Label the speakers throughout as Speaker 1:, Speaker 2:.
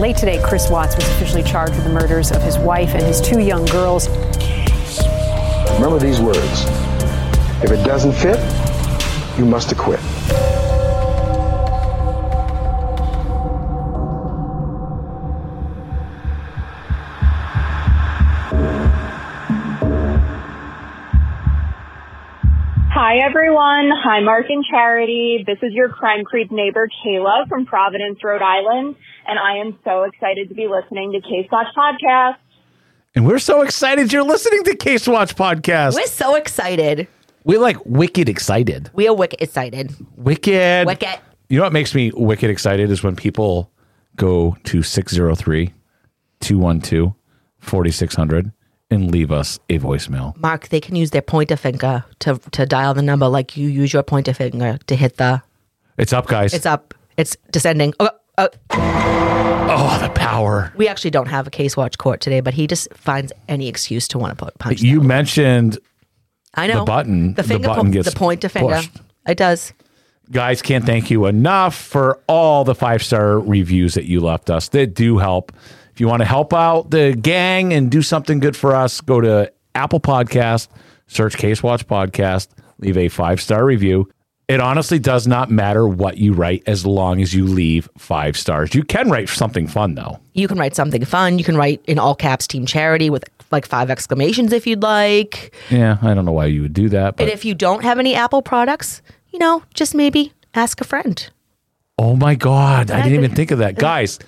Speaker 1: Late today, Chris Watts was officially charged with the murders of his wife and his two young girls.
Speaker 2: Remember these words. If it doesn't fit, you must acquit.
Speaker 3: Hi everyone. Hi Mark and Charity. This is your Crime Creep neighbor Kayla from Providence, Rhode Island, and I am so excited to be listening to Case Watch Podcast.
Speaker 4: And we're so excited you're listening to Case Watch Podcast.
Speaker 5: We're so excited.
Speaker 4: We're like wicked excited.
Speaker 5: We are wicked excited.
Speaker 4: Wicked.
Speaker 5: Wicked.
Speaker 4: You know what makes me wicked excited is when people go to 603 212 4600 and leave us a voicemail.
Speaker 5: Mark, they can use their pointer finger to, to dial the number like you use your pointer finger to hit the.
Speaker 4: It's up, guys.
Speaker 5: It's up. It's descending. Oh, oh,
Speaker 4: Oh, the power.
Speaker 5: we actually don't have a case watch court today, but he just finds any excuse to want to put punch.
Speaker 4: You mentioned
Speaker 5: I know
Speaker 4: the button-
Speaker 5: The
Speaker 4: the
Speaker 5: finger.
Speaker 4: button
Speaker 5: po-
Speaker 4: gets
Speaker 5: the pointer finger.
Speaker 4: pushed.
Speaker 5: It does.
Speaker 4: guys can't thank you enough for all the five star reviews that you left us that do help if you want to help out the gang and do something good for us go to apple podcast search case watch podcast leave a five star review it honestly does not matter what you write as long as you leave five stars you can write something fun though
Speaker 5: You can write something fun. You can write in all caps "Team Charity" with like five exclamations if you'd like.
Speaker 4: yeah i don't know why you would do that but
Speaker 5: And if you don't have any Apple products, you know, just maybe ask a friend.
Speaker 4: oh my god i didn't even think of that guys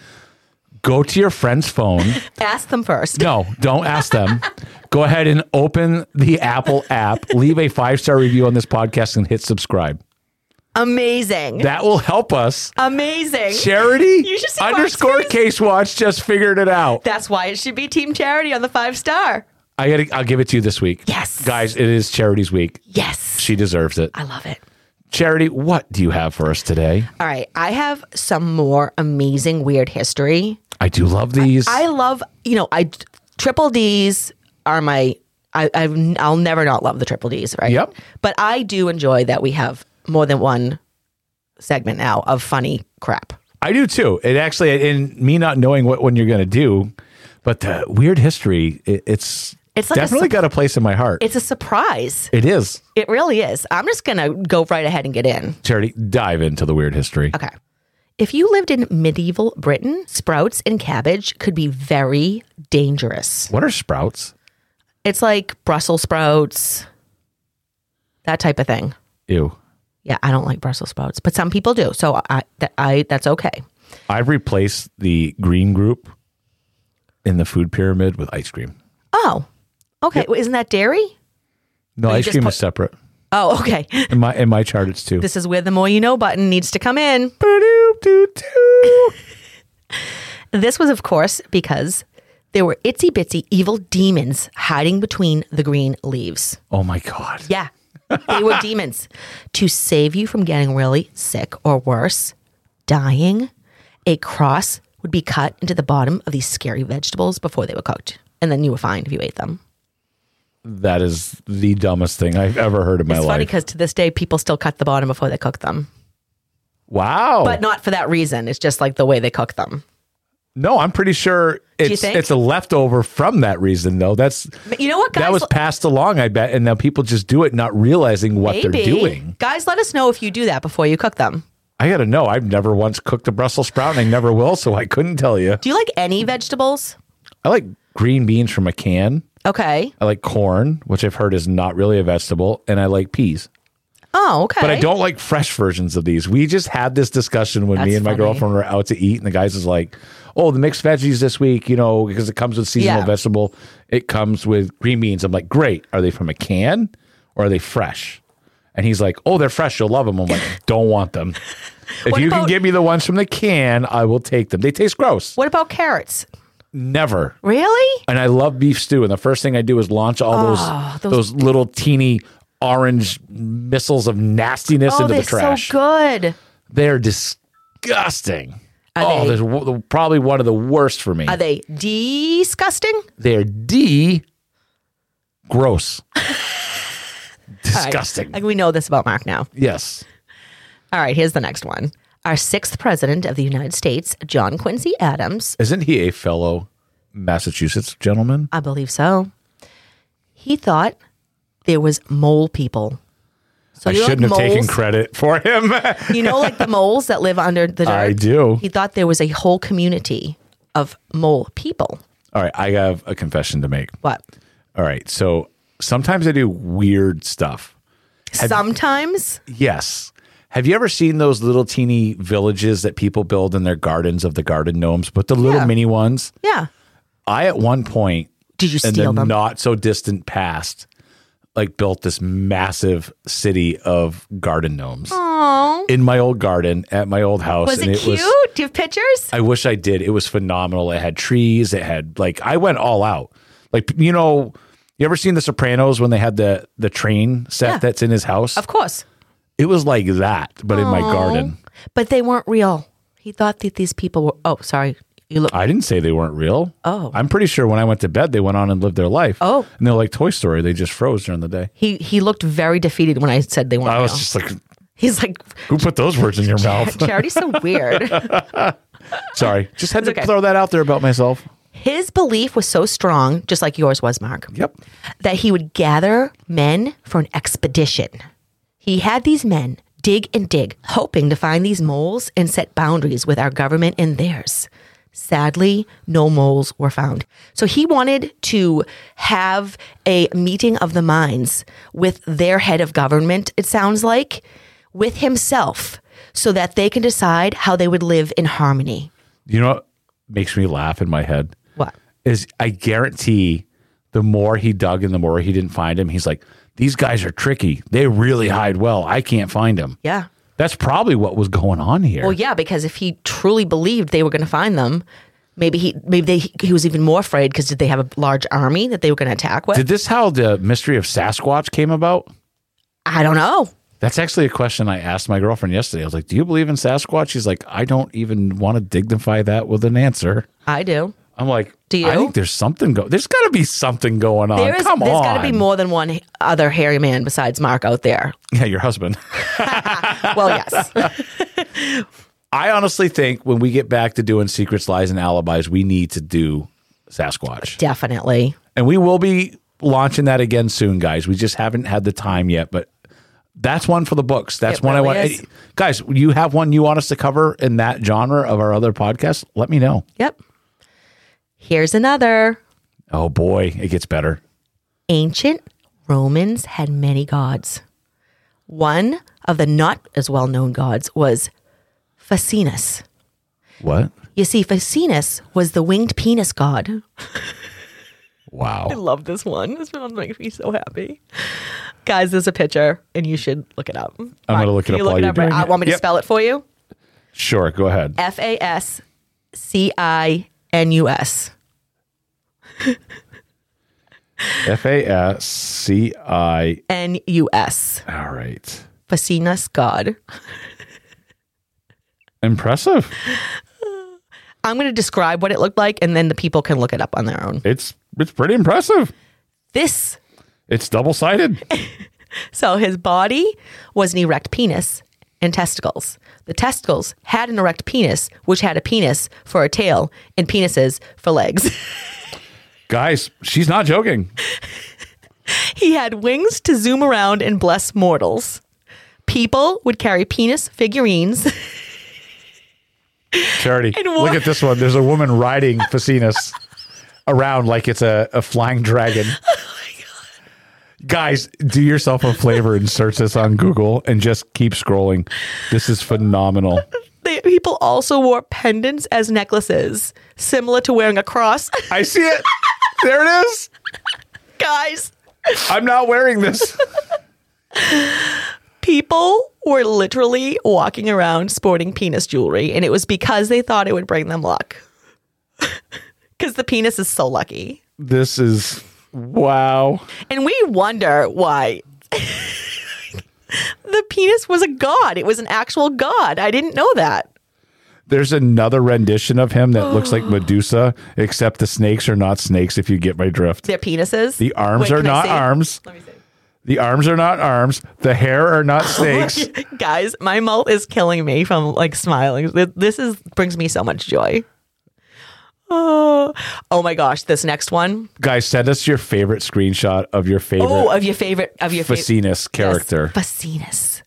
Speaker 4: go to your friend's phone
Speaker 5: Ask them first.
Speaker 4: No, don't ask them. Go ahead and open the Apple app, leave a five star review on this podcast, and hit subscribe.
Speaker 5: Amazing.
Speaker 4: That will help us.
Speaker 5: Amazing.
Speaker 4: Charity
Speaker 5: You should see Mark's
Speaker 4: underscore
Speaker 5: face.
Speaker 4: Case Watch just figured it out.
Speaker 5: That's why it should be Team Charity on the five star.
Speaker 4: I gotta, I'll give it to you this week.
Speaker 5: Yes.
Speaker 4: guys, it is Charity's week.
Speaker 5: Yes.
Speaker 4: She deserves it.
Speaker 5: I love it.
Speaker 4: Charity, what do you have for us today?
Speaker 5: All right. I have some more amazing weird history.
Speaker 4: I do love these.
Speaker 5: I love, you know, I triple D's are my, I, I've, I'll never not love the triple D's, right?
Speaker 4: Yep.
Speaker 5: But I do enjoy that we have more than one segment now of funny crap.
Speaker 4: I do too. It actually, in me not knowing what one you're gonna do, but the weird history, it, it's
Speaker 5: It's like a
Speaker 4: definitely
Speaker 5: sup-
Speaker 4: got a place in my heart.
Speaker 5: It's a surprise.
Speaker 4: it is.
Speaker 5: It really is. I'm just going to go right ahead and get in.
Speaker 4: Charity, dive into the weird history.
Speaker 5: Okay. If you lived in medieval Britain, sprouts and cabbage could be very dangerous.
Speaker 4: What are sprouts?
Speaker 5: It's like Brussels sprouts, that type of thing.
Speaker 4: Ew.
Speaker 5: Yeah, I don't like Brussels sprouts, but some people do. So I, that I that's okay.
Speaker 4: I've replaced the green group in the food pyramid with ice cream.
Speaker 5: Oh, okay. Well, Isn't that dairy?
Speaker 4: No,
Speaker 5: But you
Speaker 4: ice
Speaker 5: just
Speaker 4: cream
Speaker 5: put-
Speaker 4: is separate.
Speaker 5: Oh, okay.
Speaker 4: In my in my chart, it's two.
Speaker 5: This is where the more you know button needs to come in. this was, of course, because there were itsy bitsy evil demons hiding between the green leaves.
Speaker 4: oh my god!
Speaker 5: Yeah. They were demons to save you from getting really sick or worse, dying. A cross would be cut into the bottom of these scary vegetables before they were cooked. And then you were fine if you ate them.
Speaker 4: That is the dumbest thing I've ever heard in my
Speaker 5: it's funny
Speaker 4: life.
Speaker 5: because to this day, people still cut the bottom before they cook them.
Speaker 4: Wow.
Speaker 5: But not for that reason. It's just like the way they cook them.
Speaker 4: no, I'm pretty sure
Speaker 5: you
Speaker 4: it's
Speaker 5: think?
Speaker 4: it's a leftover from that reason though. That's
Speaker 5: But you know what, guys?
Speaker 4: that was passed along, I bet, and now people just do it not realizing what they're
Speaker 5: Maybe.
Speaker 4: doing.
Speaker 5: Guys, let us know if you do that before you cook them.
Speaker 4: I gotta know. I've never once cooked a Brussels sprout, and I never will, so I couldn't tell you.
Speaker 5: Do you like any vegetables?
Speaker 4: I like green beans from a can.
Speaker 5: Okay.
Speaker 4: I like corn, which I've heard is not really a vegetable, and I like peas.
Speaker 5: Oh, okay.
Speaker 4: But I don't like fresh versions of these. We just had this discussion when me
Speaker 5: That's
Speaker 4: and my
Speaker 5: funny.
Speaker 4: girlfriend were out to eat, and the guys is like, "Oh, the mixed veggies this week, you know, because it comes with seasonal
Speaker 5: Yeah.
Speaker 4: vegetable. It comes with green beans." I'm like, "Great. Are they from a can or are they fresh?" And he's like, "Oh, they're fresh. You'll love them." I'm like, "Don't want them. If
Speaker 5: What
Speaker 4: you can
Speaker 5: about-
Speaker 4: give me the ones from the can, I will take them. They taste gross.
Speaker 5: What about carrots?
Speaker 4: Never."
Speaker 5: Really?
Speaker 4: And I love beef stew. And the first thing I do is launch all
Speaker 5: Ah,
Speaker 4: those, those little teeny orange missiles of nastiness
Speaker 5: oh,
Speaker 4: into
Speaker 5: they're
Speaker 4: the trash.
Speaker 5: so good.
Speaker 4: They're disgusting.
Speaker 5: Are
Speaker 4: oh,
Speaker 5: they-
Speaker 4: there's w- the- probably one of the worst for me.
Speaker 5: Are they disgusting?
Speaker 4: They're D gross. disgusting.
Speaker 5: Like we know this about Mark now.
Speaker 4: yes.
Speaker 5: All right, here's the next one. Our sixth president of the United States, John Quincy Adams,
Speaker 4: Isn't he a fellow Massachusetts gentleman?
Speaker 5: I believe so. He thought there was mole people. So
Speaker 4: I
Speaker 5: you know, like,
Speaker 4: shouldn't have taken
Speaker 5: moles?
Speaker 4: credit for him.
Speaker 5: You know, like the moles that live under the dirt.
Speaker 4: I do.
Speaker 5: He thought there was a whole community of mole people.
Speaker 4: All right. I have a confession to make.
Speaker 5: What?
Speaker 4: All right. So sometimes I do weird stuff.
Speaker 5: Sometimes
Speaker 4: Yes. Have you ever seen those little teeny villages that people build in their gardens of the garden gnomes, but the little
Speaker 5: Yeah.
Speaker 4: mini ones?
Speaker 5: Yeah.
Speaker 4: I at one point
Speaker 5: Did you
Speaker 4: in
Speaker 5: steal
Speaker 4: the
Speaker 5: them?
Speaker 4: not so distant past like built this massive city of garden gnomes
Speaker 5: Oh.
Speaker 4: in my old garden at my old house
Speaker 5: Was it,
Speaker 4: and
Speaker 5: cute?
Speaker 4: was
Speaker 5: Do you have pictures?
Speaker 4: I wish I did. It was phenomenal. It had trees. It had like I went all out. Like you know, you ever seen The Sopranos when they had the the train set
Speaker 5: Yeah.
Speaker 4: that's in his house?
Speaker 5: Of course.
Speaker 4: It was like that, but in my
Speaker 5: Aw.
Speaker 4: garden.
Speaker 5: But they weren't real. He thought that these people were Oh, sorry. You look
Speaker 4: I didn't say they weren't real.
Speaker 5: Oh.
Speaker 4: I'm pretty sure when I went to bed, they went on and lived their life.
Speaker 5: Oh.
Speaker 4: and they're like Toy Story. They just froze during the day.
Speaker 5: He he looked very defeated when I said they weren't
Speaker 4: I was
Speaker 5: real.
Speaker 4: just like,
Speaker 5: He's like
Speaker 4: who put those words in your mouth?
Speaker 5: Charity's so weird.
Speaker 4: Sorry, just had to
Speaker 5: okay.
Speaker 4: throw that out there about myself.
Speaker 5: His belief was so strong, just like yours was, Mark.
Speaker 4: Yep.
Speaker 5: that he would gather men for an expedition. He had these men dig and dig, hoping to find these moles and set boundaries with our government and theirs. Sadly, no moles were found. So he wanted to have a meeting of the minds with their head of government, it sounds like, with himself, so that they can decide how they would live in harmony.
Speaker 4: You know what makes me laugh in my head
Speaker 5: What?
Speaker 4: is I guarantee the more he dug and the more he didn't find him, he's like, these guys are tricky. They really hide well. I can't find him.
Speaker 5: Yeah.
Speaker 4: That's probably what was going on here.
Speaker 5: Well, yeah, because if he truly believed they were going to find them, maybe he maybe they, he was even more afraid because did they have a large army that they were going to attack with?
Speaker 4: Did this how the mystery of Sasquatch came about?
Speaker 5: I don't know.
Speaker 4: That's actually a question I asked my girlfriend yesterday. I was like, "Do you believe in Sasquatch?" She's like, "I don't even want to dignify that with an answer."
Speaker 5: I do.
Speaker 4: I'm like,
Speaker 5: Do
Speaker 4: I
Speaker 5: you?
Speaker 4: think there's something go. There's got to be something going on.
Speaker 5: There is,
Speaker 4: Oh, Come
Speaker 5: there's
Speaker 4: on,
Speaker 5: got to be more than one other hairy man besides Mark out there.
Speaker 4: Yeah, your husband.
Speaker 5: Well, yes.
Speaker 4: I honestly think when we get back to doing secrets, lies, and alibis, we need to do Sasquatch,
Speaker 5: Definitely.
Speaker 4: and we will be launching that again soon, guys. We just haven't had the time yet, but that's one for the books. That's
Speaker 5: It
Speaker 4: one
Speaker 5: really
Speaker 4: I want,
Speaker 5: is.
Speaker 4: guys. You have one you want us to cover in that genre of our other podcast? Let me know.
Speaker 5: Yep. Here's another.
Speaker 4: Oh boy, it gets better.
Speaker 5: Ancient Romans had many gods. One of the not as well known gods was Facinus.
Speaker 4: What?
Speaker 5: You see, Ficinus was the winged penis god. I
Speaker 4: Wow.
Speaker 5: love this one. This one makes me so happy. Guys, there's a picture, and you should look it up. I'm
Speaker 4: gonna look it up while you're doing
Speaker 5: I
Speaker 4: it.
Speaker 5: want me to
Speaker 4: Yep.
Speaker 5: spell it for you.
Speaker 4: Sure. Go ahead.
Speaker 5: F A S C I N U S.
Speaker 4: F A S C I.
Speaker 5: N U S.
Speaker 4: All right.
Speaker 5: Facinas God.
Speaker 4: Impressive.
Speaker 5: I'm going to describe what it looked like, and then the people can look it up on their own.
Speaker 4: It's it's pretty impressive.
Speaker 5: This
Speaker 4: It's double sided.
Speaker 5: So his body was an erect penis and testicles. The testicles had an erect penis, which had a penis for a tail and penises for legs.
Speaker 4: Guys, she's not joking.
Speaker 5: he had wings to zoom around and bless mortals. People would carry penis figurines.
Speaker 4: Charity,
Speaker 5: And
Speaker 4: look
Speaker 5: what-
Speaker 4: at this one. There's a woman riding Facinas around like it's a, a flying dragon.
Speaker 5: Oh
Speaker 4: Guys, do yourself a flavor and search this on Google and just keep scrolling. This is phenomenal.
Speaker 5: They, people also wore pendants as necklaces, similar to wearing a cross.
Speaker 4: I see it. There it is.
Speaker 5: Guys,
Speaker 4: I'm not wearing this.
Speaker 5: people were literally walking around sporting penis jewelry, and it was because they thought it would bring them luck. Because the penis is so lucky.
Speaker 4: This is wow.
Speaker 5: And we wonder why the penis was a god. It was an actual god. I didn't know that.
Speaker 4: There's another rendition of him that looks like Medusa, except the snakes are not snakes if you get my drift.
Speaker 5: Their penises.
Speaker 4: The arms
Speaker 5: Wait,
Speaker 4: are
Speaker 5: can I
Speaker 4: not
Speaker 5: see it?
Speaker 4: arms.
Speaker 5: Let me see.
Speaker 4: The arms are not arms. The hair are not snakes.
Speaker 5: Guys, my mouth is killing me from like smiling. Th- This is brings me so much joy. Oh, oh my gosh! This next one.
Speaker 4: Guys, send us your favorite screenshot of your favorite
Speaker 5: Oh, of your favorite of your favorite
Speaker 4: Facinus character.
Speaker 5: Facinus.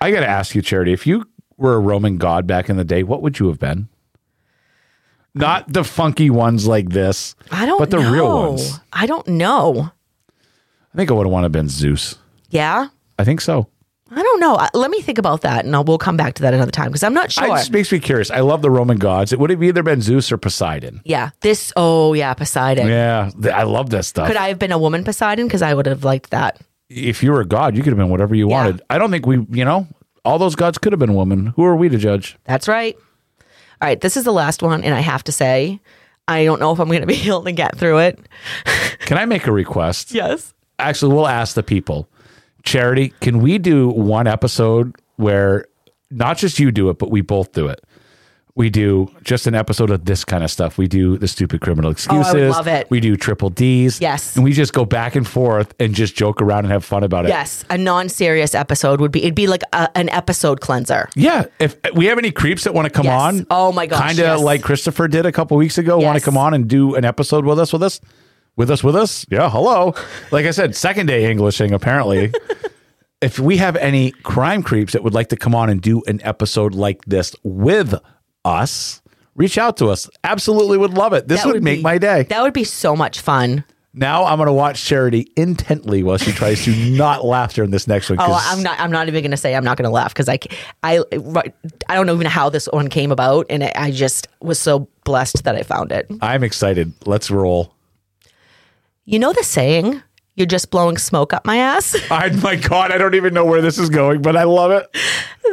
Speaker 4: I got to ask you, Charity, if you were a Roman god back in the day, what would you have been? Not the funky ones like this.
Speaker 5: I don't.
Speaker 4: But the real
Speaker 5: know.
Speaker 4: ones.
Speaker 5: I don't know.
Speaker 4: I think I would have wanted to been Zeus.
Speaker 5: Yeah,
Speaker 4: I think so.
Speaker 5: I don't know. I- Let me think about that, and I'll, we'll come back to that another time because I'm not
Speaker 4: It
Speaker 5: sure.
Speaker 4: just makes me curious. I love the Roman gods. It would have either been Zeus or Poseidon.
Speaker 5: yeah, this. Oh yeah, Poseidon.
Speaker 4: Yeah, th- I love that stuff.
Speaker 5: Could I have been a woman Poseidon? Because I would have liked that.
Speaker 4: if you were a god, you could have been whatever you wanted. I don't think we, you know, all those gods could have been women. Who are we to judge?
Speaker 5: That's right. All right, this is the last one, and I have to say, I don't know if I'm going to be able to get through it.
Speaker 4: Can I make a request?
Speaker 5: Yes.
Speaker 4: Actually, we'll ask the people. Charity, can we do one episode where not just you do it, but we both do it? We do just an episode of this kind of stuff. We do the stupid criminal
Speaker 5: Oh, I would
Speaker 4: excuses.
Speaker 5: love it.
Speaker 4: We do triple D's.
Speaker 5: Yes.
Speaker 4: And we just go back and forth and just joke around and have fun about it.
Speaker 5: Yes, a non-serious episode would be. It'd be like a, an episode cleanser.
Speaker 4: Yeah, if we have any creeps that want to come
Speaker 5: Yes.
Speaker 4: on,
Speaker 5: Oh my gosh,
Speaker 4: kind of
Speaker 5: yes.
Speaker 4: like Christopher did a couple weeks ago, want
Speaker 5: Yes.
Speaker 4: to come on and do an episode with us, with us, with us, with us. Yeah, hello. Like I said, second day Englishing apparently. if we have any crime creeps that would like to come on and do an episode like this with us, reach out to us. Absolutely, would love it. This
Speaker 5: That
Speaker 4: would, make
Speaker 5: be-
Speaker 4: my day.
Speaker 5: That would be so much fun.
Speaker 4: now I'm going to watch Charity intently while she tries to not laugh during this next one.
Speaker 5: Oh,
Speaker 4: 'cause
Speaker 5: I'm not. I'm not even going to say I'm not going to laugh because I, c- I, right- I don't know even how this one came about, and I I just was so blessed that I found it.
Speaker 4: I'm excited. Let's roll.
Speaker 5: You know the saying, "You're just blowing smoke up my ass."
Speaker 4: I, my God, I don't even know where this is going, but I love it.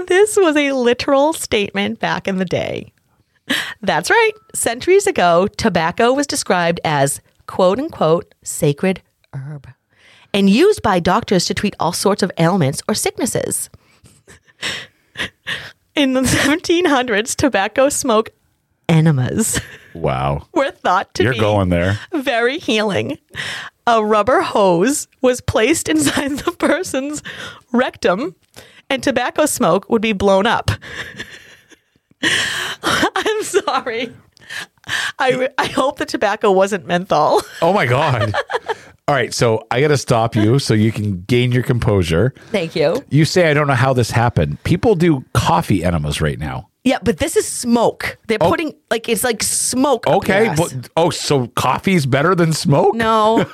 Speaker 5: This was a literal statement back in the day. That's right. Centuries ago, tobacco was described as quote unquote sacred herb and used by doctors to treat all sorts of ailments or sicknesses. In the 1700s, tobacco smoke enemas
Speaker 4: Wow.
Speaker 5: were thought to
Speaker 4: You're
Speaker 5: be
Speaker 4: going there.
Speaker 5: very healing. A rubber hose was placed inside the person's rectum, and tobacco smoke would be blown up. I'm sorry. I, I hope the tobacco wasn't menthol.
Speaker 4: Oh my God. All right. So I got to stop you so you can gain your composure.
Speaker 5: Thank you.
Speaker 4: You say, I don't know how this happened. People do coffee enemas right now.
Speaker 5: Yeah, but this is smoke. They're putting like it's like smoke. up your
Speaker 4: Oh. Okay.
Speaker 5: ass.
Speaker 4: But, oh, so coffee's better than smoke?
Speaker 5: no,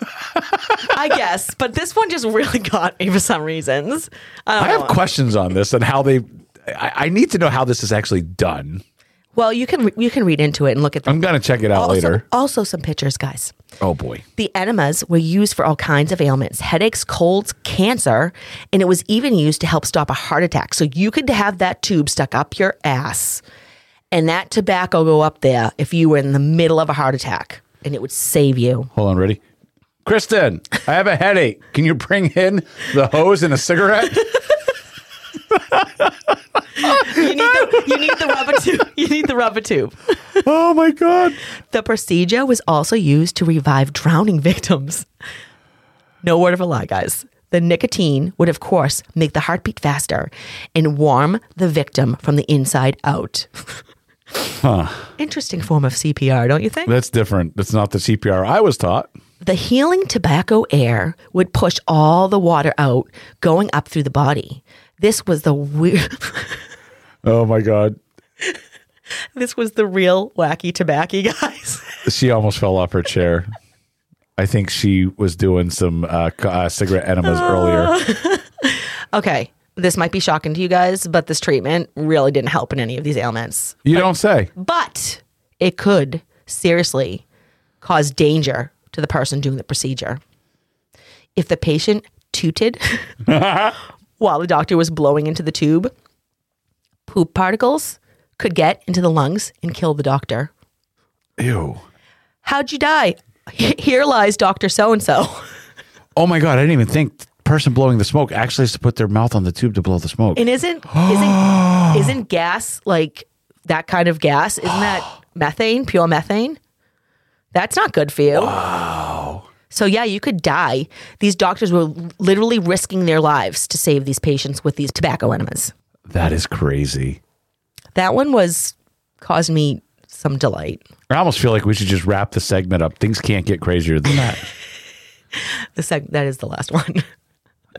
Speaker 5: I guess. But this one just really got me for some reasons. I
Speaker 4: I
Speaker 5: don't know.
Speaker 4: have questions on this and how they, I, I need to know how this is actually done.
Speaker 5: Well, you can you can read into it and look at. The
Speaker 4: I'm gonna check it out
Speaker 5: also,
Speaker 4: later.
Speaker 5: Also, some pictures, guys.
Speaker 4: Oh boy.
Speaker 5: The enemas were used for all kinds of ailments, headaches, colds, cancer, and it was even used to help stop a heart attack. So you could have that tube stuck up your ass, and that tobacco go up there if you were in the middle of a heart attack, and it would save you.
Speaker 4: Hold on, ready? Kristen, I have a headache. Can you bring in the hose and a cigarette?
Speaker 5: You need the, you need the rubber tube. You need the rubber tube.
Speaker 4: oh my god.
Speaker 5: The procedure was also used to revive drowning victims. No word of a lie, guys. The nicotine would, of course, make the heartbeat faster and warm the victim from the inside out.
Speaker 4: Huh.
Speaker 5: Interesting form of CPR, don't you think?
Speaker 4: That's different. That's not the CPR I was taught.
Speaker 5: The healing tobacco air would push all the water out, going up through the body. This was the weird.
Speaker 4: Oh my god.
Speaker 5: this was the real wacky tobacco, guys.
Speaker 4: She almost fell off her chair. I think she was doing some uh, c- uh, cigarette enemas
Speaker 5: Ah.
Speaker 4: earlier.
Speaker 5: Okay, this might be shocking to you guys, but this treatment really didn't help in any of these ailments.
Speaker 4: You don't say.
Speaker 5: But it could seriously cause danger to the person doing the procedure. If the patient tooted while the doctor was blowing into the tube, poop particles could get into the lungs and kill the doctor.
Speaker 4: Ew.
Speaker 5: How'd you die? Here lies Dr. So and so.
Speaker 4: Oh my god, I didn't even think the person blowing the smoke actually has to put their mouth on the tube to blow the smoke.
Speaker 5: And isn't isn't isn't gas like that kind of gas? Isn't that methane, pure methane? That's not good for you. Wow. So yeah, you could die. These doctors were literally risking their lives to save these patients with these tobacco enemas.
Speaker 4: that is crazy.
Speaker 5: That one was caused me some delight.
Speaker 4: I almost feel like we should just wrap the segment up. Things can't get crazier than that.
Speaker 5: The sec- that is the last one.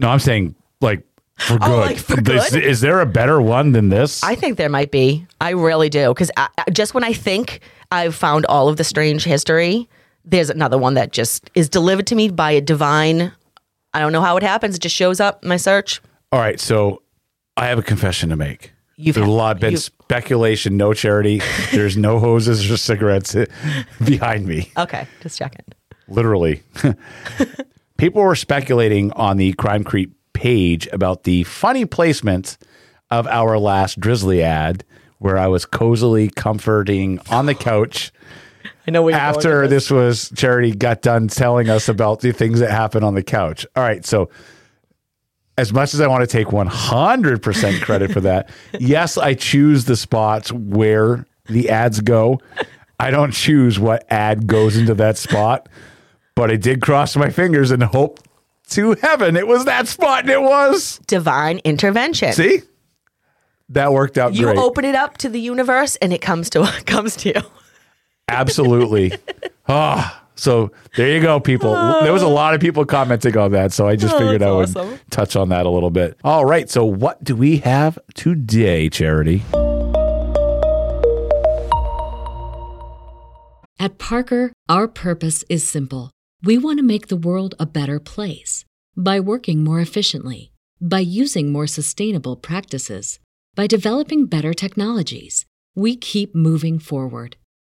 Speaker 4: no, I'm saying like for good.
Speaker 5: Oh, like, for
Speaker 4: Is,
Speaker 5: good?
Speaker 4: is there a better one than this?
Speaker 5: I think there might be. I really do because just when I think I've found all of the strange history, there's another one that just is delivered to me by a divine. I don't know how it happens. It just shows up in my search.
Speaker 4: All right, so I have a confession to make.
Speaker 5: You've
Speaker 4: There's a
Speaker 5: had-
Speaker 4: lot been
Speaker 5: you've-
Speaker 4: speculation, no charity. There's no hoses or cigarettes behind me,
Speaker 5: Okay, just checking.
Speaker 4: literally. People were speculating on the Crime Creep page about the funny placement of our last Drizzly ad, where I was cozily comforting on the couch
Speaker 5: I know we
Speaker 4: after this was charity got done telling us about the things that happen on the couch. All right, so as much as I want to take 100% credit for that, yes, I choose the spots where the ads go. I don't choose what ad goes into that spot, but I did cross my fingers and hope to heaven it was that spot and it was.
Speaker 5: divine intervention.
Speaker 4: See? That worked out
Speaker 5: you
Speaker 4: great.
Speaker 5: open it up to the universe, and it comes to comes to you.
Speaker 4: Absolutely. Ah, so there you go, people. There was a lot of people commenting on that, so I just
Speaker 5: Oh,
Speaker 4: figured I
Speaker 5: that's
Speaker 4: would
Speaker 5: awesome.
Speaker 4: touch on that a little bit. All right, so what do we have today, Charity?
Speaker 6: At Parker, our purpose is simple. We want to make the world a better place by working more efficiently, by using more sustainable practices, by developing better technologies. We keep moving forward.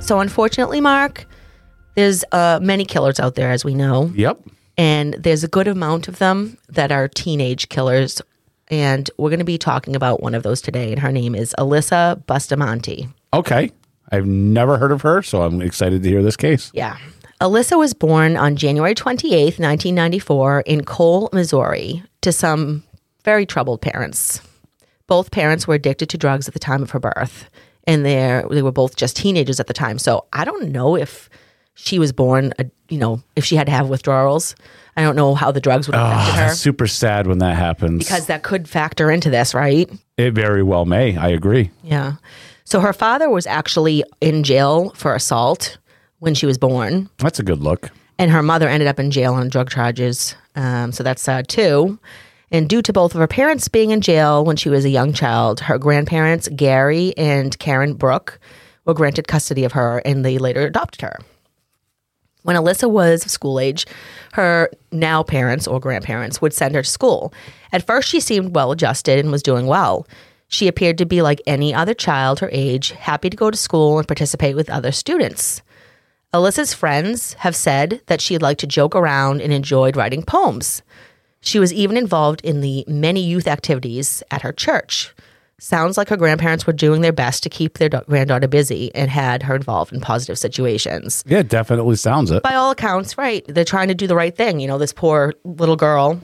Speaker 5: So unfortunately, Mark, there's uh, many killers out there, as we know.
Speaker 4: Yep.
Speaker 5: And there's a good amount of them that are teenage killers. And we're going to be talking about one of those today. And her name is Alyssa Bustamante.
Speaker 4: Okay. I've never heard of her, so I'm excited to hear this case.
Speaker 5: Yeah. Alyssa was born on January 28th, 1994, in Cole, Missouri, to some very troubled parents. Both parents were addicted to drugs at the time of her birth, and they they were both just teenagers at the time. So I don't know if she was born, a, you know, if she had to have withdrawals. I don't know how the drugs would have
Speaker 4: Oh,
Speaker 5: affected her
Speaker 4: that's super sad when that happens.
Speaker 5: because that could factor into this, right?
Speaker 4: it very well may. I agree.
Speaker 5: Yeah. So her father was actually in jail for assault when she was born.
Speaker 4: That's a good look.
Speaker 5: and her mother ended up in jail on drug charges. Um, so that's sad too. And due to both of her parents being in jail when she was a young child, her grandparents, Gary and Karen Brooke, were granted custody of her and they later adopted her. When Alyssa was school age, her now parents or grandparents would send her to school. At first, she seemed well adjusted and was doing well. She appeared to be like any other child her age, happy to go to school and participate with other students. Alyssa's friends have said that she liked to joke around and enjoyed writing poems. She was even involved in the many youth activities at her church. Sounds like her grandparents were doing their best to keep their da- granddaughter busy and had her involved in positive situations.
Speaker 4: Yeah, it definitely sounds it.
Speaker 5: By all accounts, right. They're trying to do the right thing. You know, this poor little girl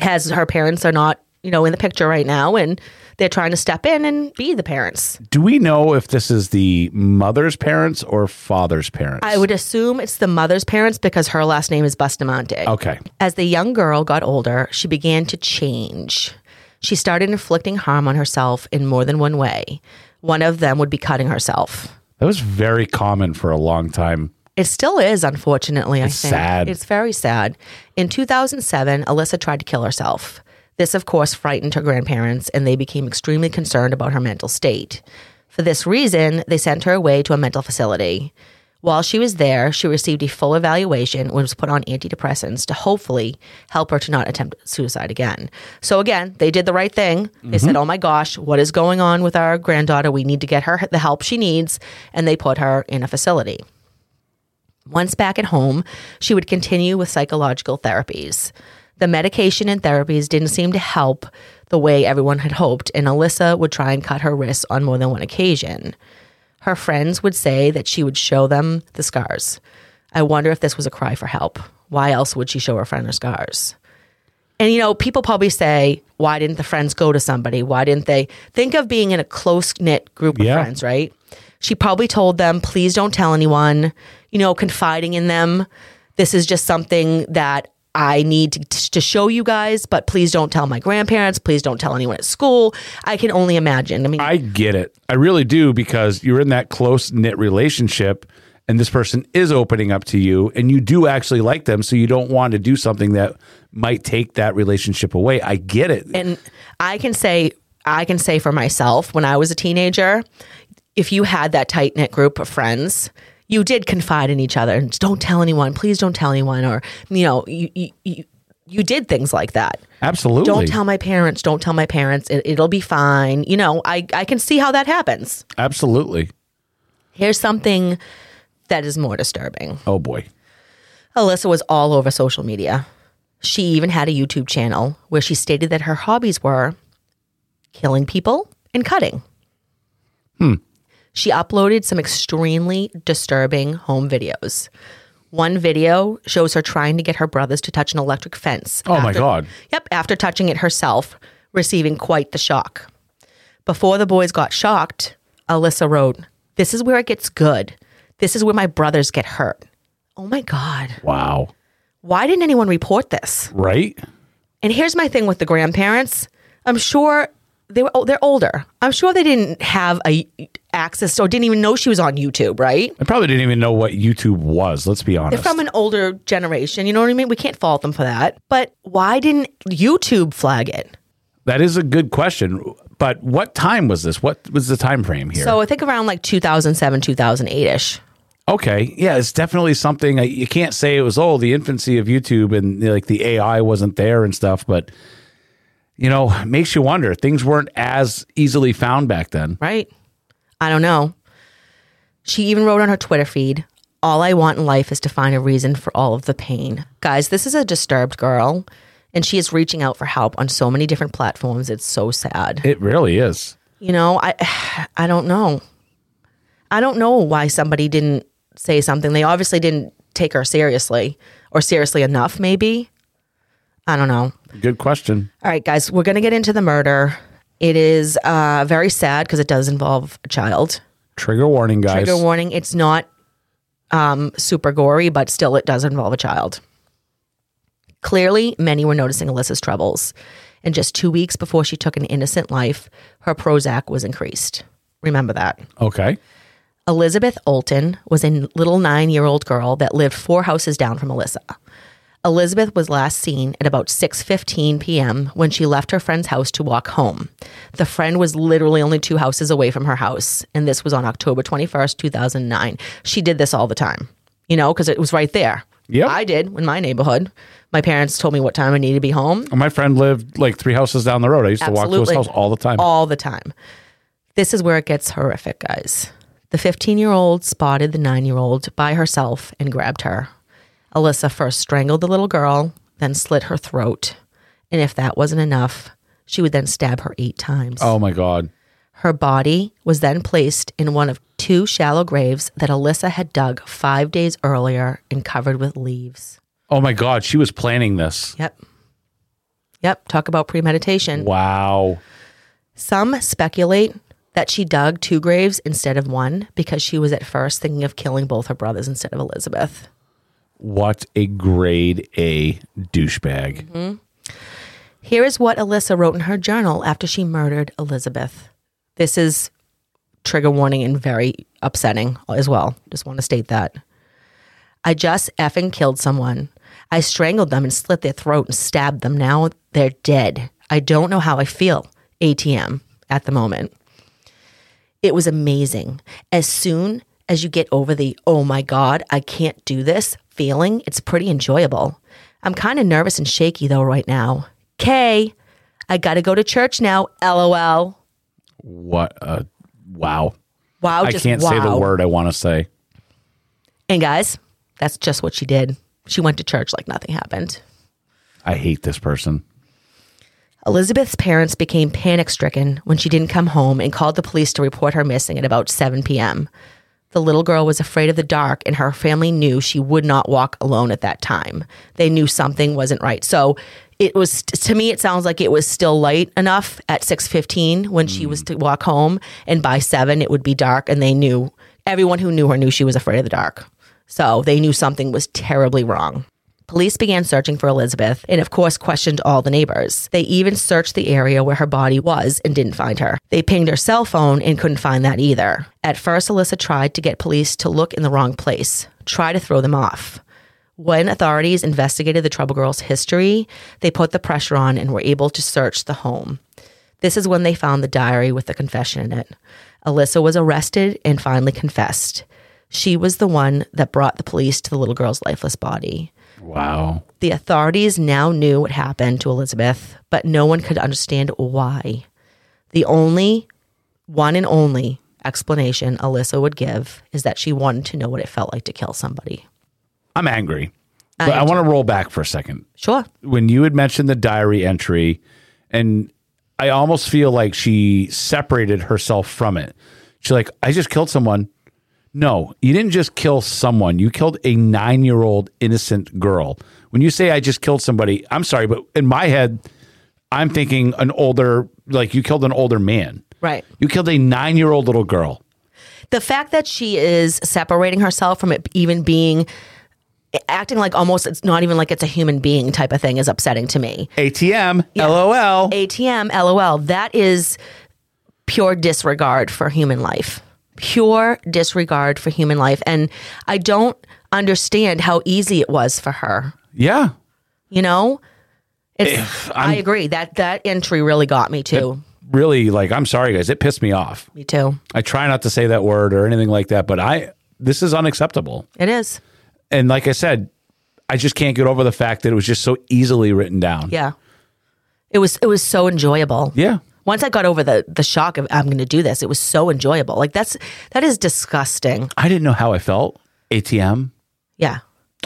Speaker 5: has her parents are not, you know, in the picture right now and they're trying to step in and be the parents.
Speaker 4: Do we know if this is the mother's parents or father's parents?
Speaker 5: I would assume it's the mother's parents because her last name is Bustamante.
Speaker 4: okay.
Speaker 5: As the young girl got older, she began to change. She started inflicting harm on herself in more than one way. One of them would be cutting herself.
Speaker 4: That was very common for a long time.
Speaker 5: It still is, unfortunately,
Speaker 4: It's
Speaker 5: I think.
Speaker 4: sad.
Speaker 5: It's very sad. In 2007, Alyssa tried to kill herself. This, of course, frightened her grandparents, and they became extremely concerned about her mental state. For this reason, they sent her away to a mental facility. While she was there, she received a full evaluation and was put on antidepressants to hopefully help her to not attempt suicide again. So, again, they did the right thing. They said,
Speaker 4: Mm-hmm.
Speaker 5: Oh my gosh, what is going on with our granddaughter? We need to get her the help she needs. And they put her in a facility. Once back at home, she would continue with psychological therapies. The medication and therapies didn't seem to help the way everyone had hoped, and Alyssa would try and cut her wrists on more than one occasion. Her friends would say that she would show them the scars. I wonder if this was a cry for help. Why else would she show her friend her scars? And you know, people probably say, why didn't the friends go to somebody? Why didn't they? Think of being in a close knit group of
Speaker 4: Yeah.
Speaker 5: friends, right? She probably told them, please don't tell anyone, you know, confiding in them. This is just something that I need to, to show you guys, but please don't tell my grandparents. Please don't tell anyone at school. I can only imagine. I mean,
Speaker 4: I get it. I really do because you're in that close knit relationship and this person is opening up to you and you do actually like them. So you don't want to do something that might take that relationship away. I get it.
Speaker 5: and I can say I can say for myself when I was a teenager, if you had that tight knit group of friends, you did confide in each other and just, don't tell anyone, please don't tell anyone, or you know, you you you, you did things like that.
Speaker 4: Absolutely.
Speaker 5: Don't tell my parents. Don't tell my parents. It, it'll be fine. You know, I, I can see how that happens.
Speaker 4: Absolutely.
Speaker 5: Here's something that is more disturbing.
Speaker 4: Oh boy.
Speaker 5: Alyssa was all over social media. She even had a YouTube channel where she stated that her hobbies were killing people and cutting.
Speaker 4: Hmm.
Speaker 5: She uploaded some extremely disturbing home videos. One video shows her trying to get her brothers to touch an electric fence.
Speaker 4: Oh my God.
Speaker 5: Yep, after touching it herself, receiving quite the shock. Before the boys got shocked, Alyssa wrote, This is where it gets good. This is where my brothers get hurt. Oh my God.
Speaker 4: Wow.
Speaker 5: Why didn't anyone report this?
Speaker 4: Right?
Speaker 5: And here's my thing with the grandparents. I'm sure they were oh, they're older. I'm sure they didn't have a access or didn't even know she was on YouTube, right?
Speaker 4: I probably didn't even know what YouTube was. Let's be honest.
Speaker 5: They're from an older generation, you know what I mean? We can't fault them for that. But why didn't YouTube flag it?
Speaker 4: That is a good question. But what time was this? What was the time frame here?
Speaker 5: So I think around like 2007, 2008 ish.
Speaker 4: Okay. Yeah, it's definitely something I, you can't say it was oh the infancy of YouTube and you know, like the AI wasn't there and stuff, but you know, makes you wonder. Things weren't as easily found back then.
Speaker 5: Right. I don't know. She even wrote on her Twitter feed, "All I want in life is to find a reason for all of the pain." Guys, this is a disturbed girl and she is reaching out for help on so many different platforms. It's so sad.
Speaker 4: It really is.
Speaker 5: You know, I I don't know. I don't know why somebody didn't say something. They obviously didn't take her seriously or seriously enough, maybe. I don't know.
Speaker 4: Good question.
Speaker 5: All right, guys, we're going to get into the murder. It is uh, very sad because it does involve a child.
Speaker 4: Trigger warning, guys.
Speaker 5: Trigger warning. It's not um, super gory, but still, it does involve a child. Clearly, many were noticing Alyssa's troubles. And just two weeks before she took an innocent life, her Prozac was increased. Remember that.
Speaker 4: Okay.
Speaker 5: Elizabeth Olton was a little nine year old girl that lived four houses down from Alyssa. Elizabeth was last seen at about 6:15 p.m. when she left her friend's house to walk home. The friend was literally only two houses away from her house, and this was on October 21st, 2009. She did this all the time, you know, because it was right there.
Speaker 4: Yep.
Speaker 5: I did in my neighborhood. My parents told me what time I needed to be home.
Speaker 4: My friend lived like three houses down the road. I used to walk to
Speaker 5: Absolutely.
Speaker 4: his house all the time.
Speaker 5: All the time. This is where it gets horrific, guys. The 15 year old spotted the nine year old by herself and grabbed her. Alyssa first strangled the little girl, then slit her throat. And if that wasn't enough, she would then stab her eight times.
Speaker 4: oh my god.
Speaker 5: Her body was then placed in one of two shallow graves that Alyssa had dug five days earlier and covered with leaves.
Speaker 4: Oh my god, she was planning this.
Speaker 5: Yep. Yep. Talk about premeditation.
Speaker 4: Wow.
Speaker 5: Some speculate that she dug two graves instead of one because she was at first thinking of killing both her brothers instead of Elizabeth.
Speaker 4: What a grade A douchebag.
Speaker 5: Mm-hmm. Here is what Alyssa wrote in her journal after she murdered Elizabeth. This is trigger warning and very upsetting as well. Just want to state that. I just effing killed someone. I strangled them and slit their throat and stabbed them. Now they're dead. I don't know how I feel, ATM, at the moment. It was amazing. As soon as you get over the, oh my God, I can't do this feeling, it's pretty enjoyable. I'm kind of nervous and shaky though right now. Kay, I got to go to church now, lol.
Speaker 4: What a wow.
Speaker 5: Wow,
Speaker 4: I
Speaker 5: just
Speaker 4: can't say the
Speaker 5: wow.
Speaker 4: word I want to say.
Speaker 5: And guys, that's just what she did. She went to church like nothing happened.
Speaker 4: I hate this person.
Speaker 5: Elizabeth's parents became panic stricken when she didn't come home and called the police to report her missing at about 7 p.m. The little girl was afraid of the dark, and her family knew she would not walk alone at that time. They knew something wasn't right. So it was to me. It sounds like it was still light enough at six fifteen when she was to walk home, and by seven it would be dark. And they knew everyone who knew her knew she was afraid of the dark. So they knew something was terribly wrong. Police began searching for Elizabeth and, of course, questioned all the neighbors. They even searched the area where her body was and didn't find her. They pinged her cell phone and couldn't find that either. At first, Alyssa tried to get police to look in the wrong place, try to throw them off. When authorities investigated the Trouble Girl's history, they put the pressure on and were able to search the home. This is when they found the diary with the confession in it. Alyssa was arrested and finally confessed. She was the one that brought the police to the little girl's lifeless body.
Speaker 4: Wow.
Speaker 5: The authorities now knew what happened to Elizabeth, but no one could understand why. The only, one and only explanation Alyssa would give is that she wanted to know what it felt like to kill somebody.
Speaker 4: I'm angry. But I want to roll back for a second.
Speaker 5: Sure.
Speaker 4: When you had mentioned the diary entry, and I almost feel like she separated herself from it. She's like, I just killed someone. No, you didn't just kill someone. You killed a nine year old innocent girl. When you say I just killed somebody, I'm sorry, but in my head, I'm thinking an older, like you killed an older man.
Speaker 5: Right.
Speaker 4: You killed a nine year old little girl.
Speaker 5: The fact that she is separating herself from it even being acting like almost it's not even like it's a human being type of thing is upsetting to me.
Speaker 4: ATM, LOL.
Speaker 5: ATM, LOL. That is pure disregard for human life. Pure disregard for human life. And I don't understand how easy it was for her.
Speaker 4: Yeah.
Speaker 5: You know? It's, I agree. That that entry really got me too.
Speaker 4: really like I'm sorry guys, it pissed me off.
Speaker 5: Me too.
Speaker 4: I try not to say that word or anything like that, but I this is unacceptable.
Speaker 5: It is.
Speaker 4: And like I said, I just can't get over the fact that it was just so easily written down.
Speaker 5: Yeah. It was it was so enjoyable.
Speaker 4: Yeah.
Speaker 5: Once I got over the the shock of I'm going to do this, it was so enjoyable. Like that's that is disgusting.
Speaker 4: I didn't know how I felt. ATM.
Speaker 5: Yeah.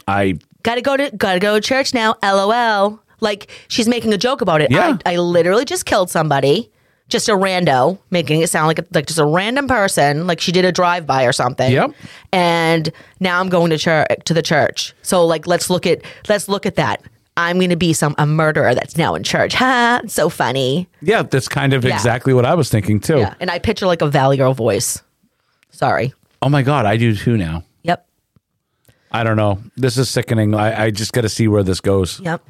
Speaker 4: I
Speaker 5: Got to go to got to go to church now. LOL. Like she's making a joke about it.
Speaker 4: Yeah.
Speaker 5: I, I literally just killed somebody. Just a rando, making it sound like a, like just a random person, like she did a drive by or something.
Speaker 4: Yep.
Speaker 5: And now I'm going to church to the church. So like let's look at let's look at that. I'm going to be some a murderer that's now in church. Ha! It's so funny.
Speaker 4: yeah, that's kind of
Speaker 5: Yeah.
Speaker 4: exactly what I was thinking too.
Speaker 5: Yeah. And I picture like a Valley Girl voice. Sorry.
Speaker 4: Oh my god, I do too now.
Speaker 5: Yep.
Speaker 4: I don't know. This is sickening. I, I just got to see where this goes.
Speaker 5: Yep.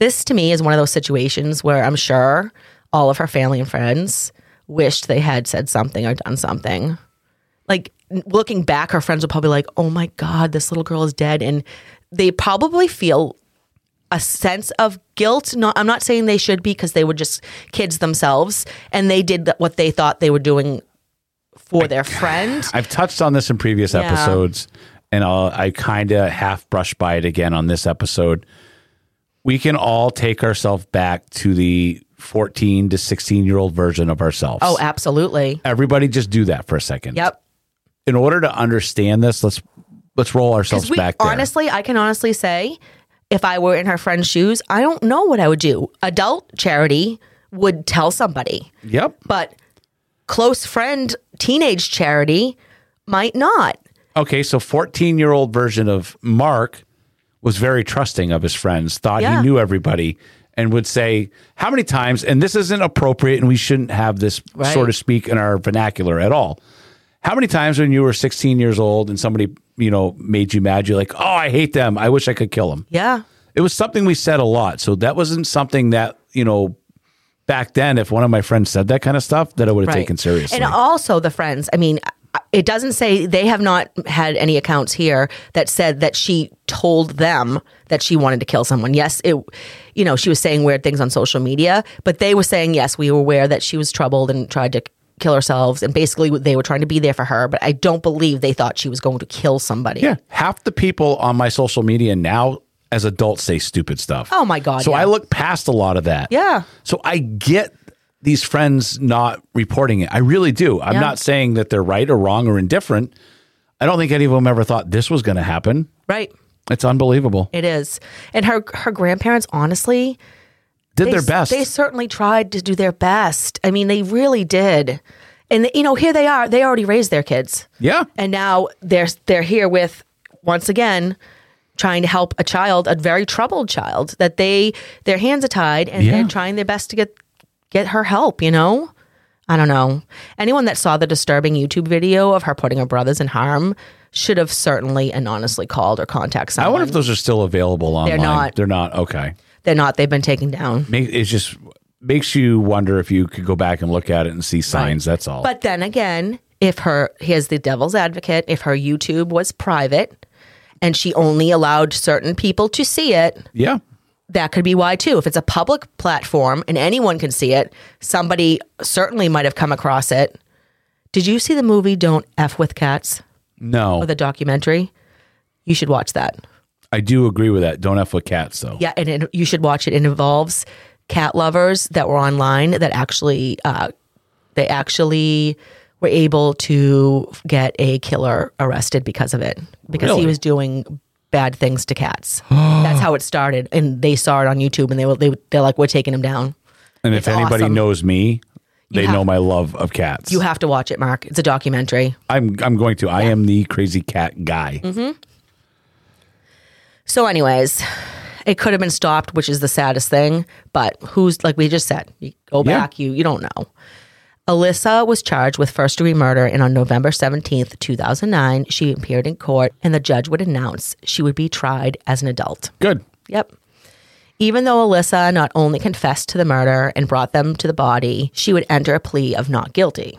Speaker 5: This to me is one of those situations where I'm sure all of her family and friends wished they had said something or done something. Like n- looking back, her friends would probably like, "Oh my god, this little girl is dead," and they probably feel a sense of guilt. Not, I'm not saying they should be because they were just kids themselves and they did th- what they thought they were doing for their friend.
Speaker 4: I've touched on this in previous
Speaker 5: Yeah.
Speaker 4: episodes, and I'll, I kind of half brushed by it again on this episode. We can all take ourselves back to the 14 to 16 year old version of ourselves.
Speaker 5: Oh, absolutely.
Speaker 4: everybody, just do that for a second.
Speaker 5: Yep.
Speaker 4: In order to understand this, let's let's roll ourselves
Speaker 5: Because we
Speaker 4: back. There.
Speaker 5: honestly, I can honestly say, if I were in her friend's shoes, I don't know what I would do. Adult charity would tell somebody,
Speaker 4: yep.
Speaker 5: but close friend, teenage charity might not.
Speaker 4: Okay, so 14 year old version of Mark was very trusting of his friends, thought
Speaker 5: Yeah.
Speaker 4: he knew everybody, and would say, How many times, and this isn't appropriate, and we shouldn't have this
Speaker 5: Right.
Speaker 4: sort of speak in our vernacular at all. How many times when you were 16 years old and somebody, you know, made you mad, you're like, Oh, I hate them. I wish I could kill them.
Speaker 5: Yeah,
Speaker 4: It was something we said a lot. So that wasn't something that, you know, back then, if one of my friends said that kind of stuff, that I would have taken seriously.
Speaker 5: And also the friends. I mean, I- it doesn't say they have not had any accounts here that said that she told them that she wanted to kill someone. Yes, it. You know, she was saying weird things on social media, but they were saying yes, we were aware that she was troubled and tried to kill herself, and basically they were trying to be there for her. But I don't believe they thought she was going to kill somebody.
Speaker 4: Yeah. Half the people on my social media now as adults say stupid stuff.
Speaker 5: Oh my God,
Speaker 4: So
Speaker 5: yeah.
Speaker 4: I look past a lot of that.
Speaker 5: Yeah.
Speaker 4: So I get these friends not reporting it. I really do. I'm
Speaker 5: Yeah.
Speaker 4: not saying that they're right or wrong or indifferent. I don't think any of them ever thought this was going to happen.
Speaker 5: Right.
Speaker 4: It's unbelievable.
Speaker 5: It is. And her her grandparents, honestly,
Speaker 4: Did
Speaker 5: they
Speaker 4: their
Speaker 5: s-
Speaker 4: best.
Speaker 5: They certainly tried to do their best. I mean, they really did. And you know, here they are. They already raised their kids,
Speaker 4: yeah.
Speaker 5: and now they're they're here with once again trying to help a child, a very troubled child that they their hands are tied, and
Speaker 4: Yeah.
Speaker 5: they're trying their best to get get her help. You know. I don't know. Anyone that saw the disturbing YouTube video of her putting her brothers in harm should have certainly and honestly called or contacted
Speaker 4: I
Speaker 5: someone.
Speaker 4: wonder if those are still available online.
Speaker 5: not.
Speaker 4: They're not. Okay.
Speaker 5: They're not. They've been taken down.
Speaker 4: Make, it just makes you wonder if you could go back and look at it and see signs. That's all.
Speaker 5: But then again, if her here's the devil's advocate, if her YouTube was private and she only allowed certain people to see it,
Speaker 4: yeah.
Speaker 5: that could be why too. If it's a public platform and anyone can see it, somebody certainly might have come across it. Did you see the movie Don't F with Cats
Speaker 4: No.
Speaker 5: or the documentary? You should watch that.
Speaker 4: I do agree with that. Don't F with cats, though.
Speaker 5: Yeah, and it, you should watch it. It involves cat lovers that were online that actually uh, they actually were able to get a killer arrested because of it because
Speaker 4: Really?
Speaker 5: he was doing bad things to cats. That's how it started, and they saw it on YouTube, and they were they they're like, we're taking him down.
Speaker 4: And
Speaker 5: It's
Speaker 4: if anybody
Speaker 5: awesome.
Speaker 4: knows me, they
Speaker 5: have-
Speaker 4: know my love of cats.
Speaker 5: You have to watch it, Mark. It's a documentary.
Speaker 4: I'm I'm going to. I am the crazy cat guy.
Speaker 5: So, anyways, it could have been stopped, which is the saddest thing. But who's like we just said, you go
Speaker 4: Yeah.
Speaker 5: back, you you don't know. Alyssa was charged with first degree murder, and on November 17th, 2009, she appeared in court, and the judge would announce she would be tried as an adult.
Speaker 4: Good.
Speaker 5: Yep. Even though Alyssa not only confessed to the murder and brought them to the body, she would enter a plea of not guilty.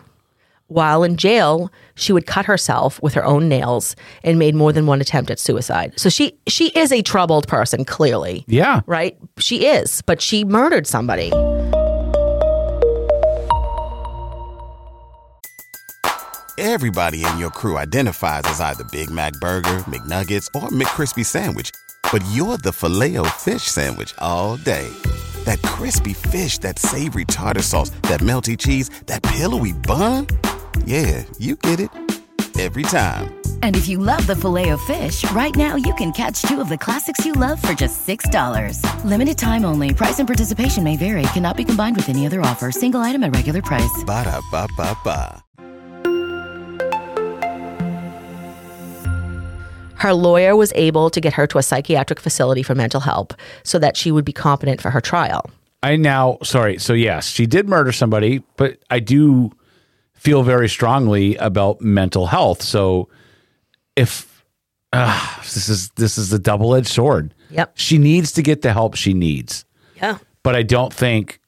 Speaker 5: While in jail, she would cut herself with her own nails and made more than one attempt at suicide. So she she is a troubled person, clearly.
Speaker 4: Yeah.
Speaker 5: Right? She is, but she murdered somebody.
Speaker 7: Everybody in your crew identifies as either Big Mac Burger, McNuggets, or McCrispy Sandwich, but you're the filet fish Sandwich all day. That crispy fish, that savory tartar sauce, that melty cheese, that pillowy bun. Yeah, you get it. Every time.
Speaker 8: And if you love the filet of fish, right now you can catch two of the classics you love for just $6. Limited time only. Price and participation may vary. Cannot be combined with any other offer. Single item at regular price.
Speaker 7: Ba-da-ba-ba-ba.
Speaker 5: Her lawyer was able to get her to a psychiatric facility for mental help so that she would be competent for her trial.
Speaker 4: I now, sorry. So, yes, she did murder somebody, but I do feel very strongly about mental health. So, if ah, this is this is a double edged sword.
Speaker 5: Yep.
Speaker 4: She needs to get the help she needs,
Speaker 5: Yeah.
Speaker 4: but I don't think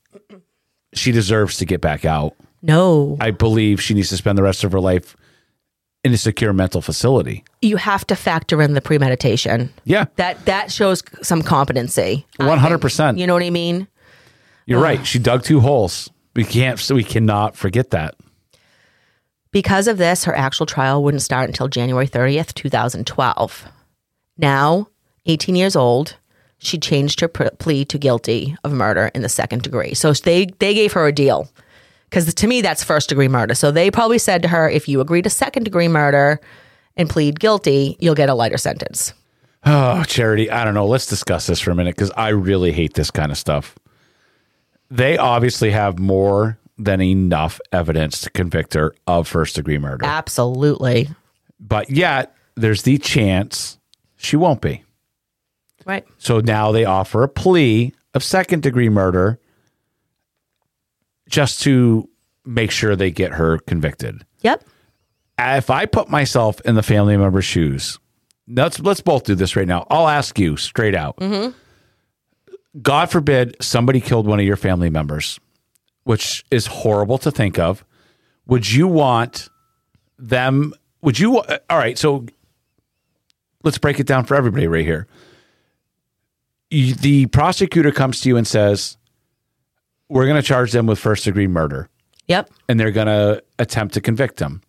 Speaker 4: she deserves to get back out.
Speaker 5: No.
Speaker 4: I believe she needs to spend the rest of her life in a secure mental facility.
Speaker 5: You have to factor in the premeditation.
Speaker 4: Yeah.
Speaker 5: That that shows some competency.
Speaker 4: One hundred percent.
Speaker 5: You know what I mean?
Speaker 4: You're right. She dug two holes. We can't. So we cannot forget that.
Speaker 5: Because of this, her actual trial wouldn't start until January 30th, 2012. Now, 18 years old, she changed her pr- plea to guilty of murder in the second degree. So they, they gave her a deal. Because to me, that's first degree murder. So they probably said to her, if you agree to second degree murder and plead guilty, you'll get a lighter sentence.
Speaker 4: Oh, Charity, I don't know. Let's discuss this for a minute because I really hate this kind of stuff. They obviously have more than enough evidence to convict her of first degree murder.
Speaker 5: Absolutely.
Speaker 4: But yet, there's the chance she won't be.
Speaker 5: Right.
Speaker 4: So now they offer a plea of second degree murder just to make sure they get her convicted.
Speaker 5: Yep.
Speaker 4: If I put myself in the family member's shoes, let's let's both do this right now. I'll ask you straight out.
Speaker 5: Mm-hmm.
Speaker 4: God forbid somebody killed one of your family members, which is horrible to think of. Would you want them? Would you? uh, All right. So let's break it down for everybody right here. You, the prosecutor comes to you and says, We're going to charge them with first degree murder
Speaker 5: Yep.
Speaker 4: and they're going to attempt to convict them.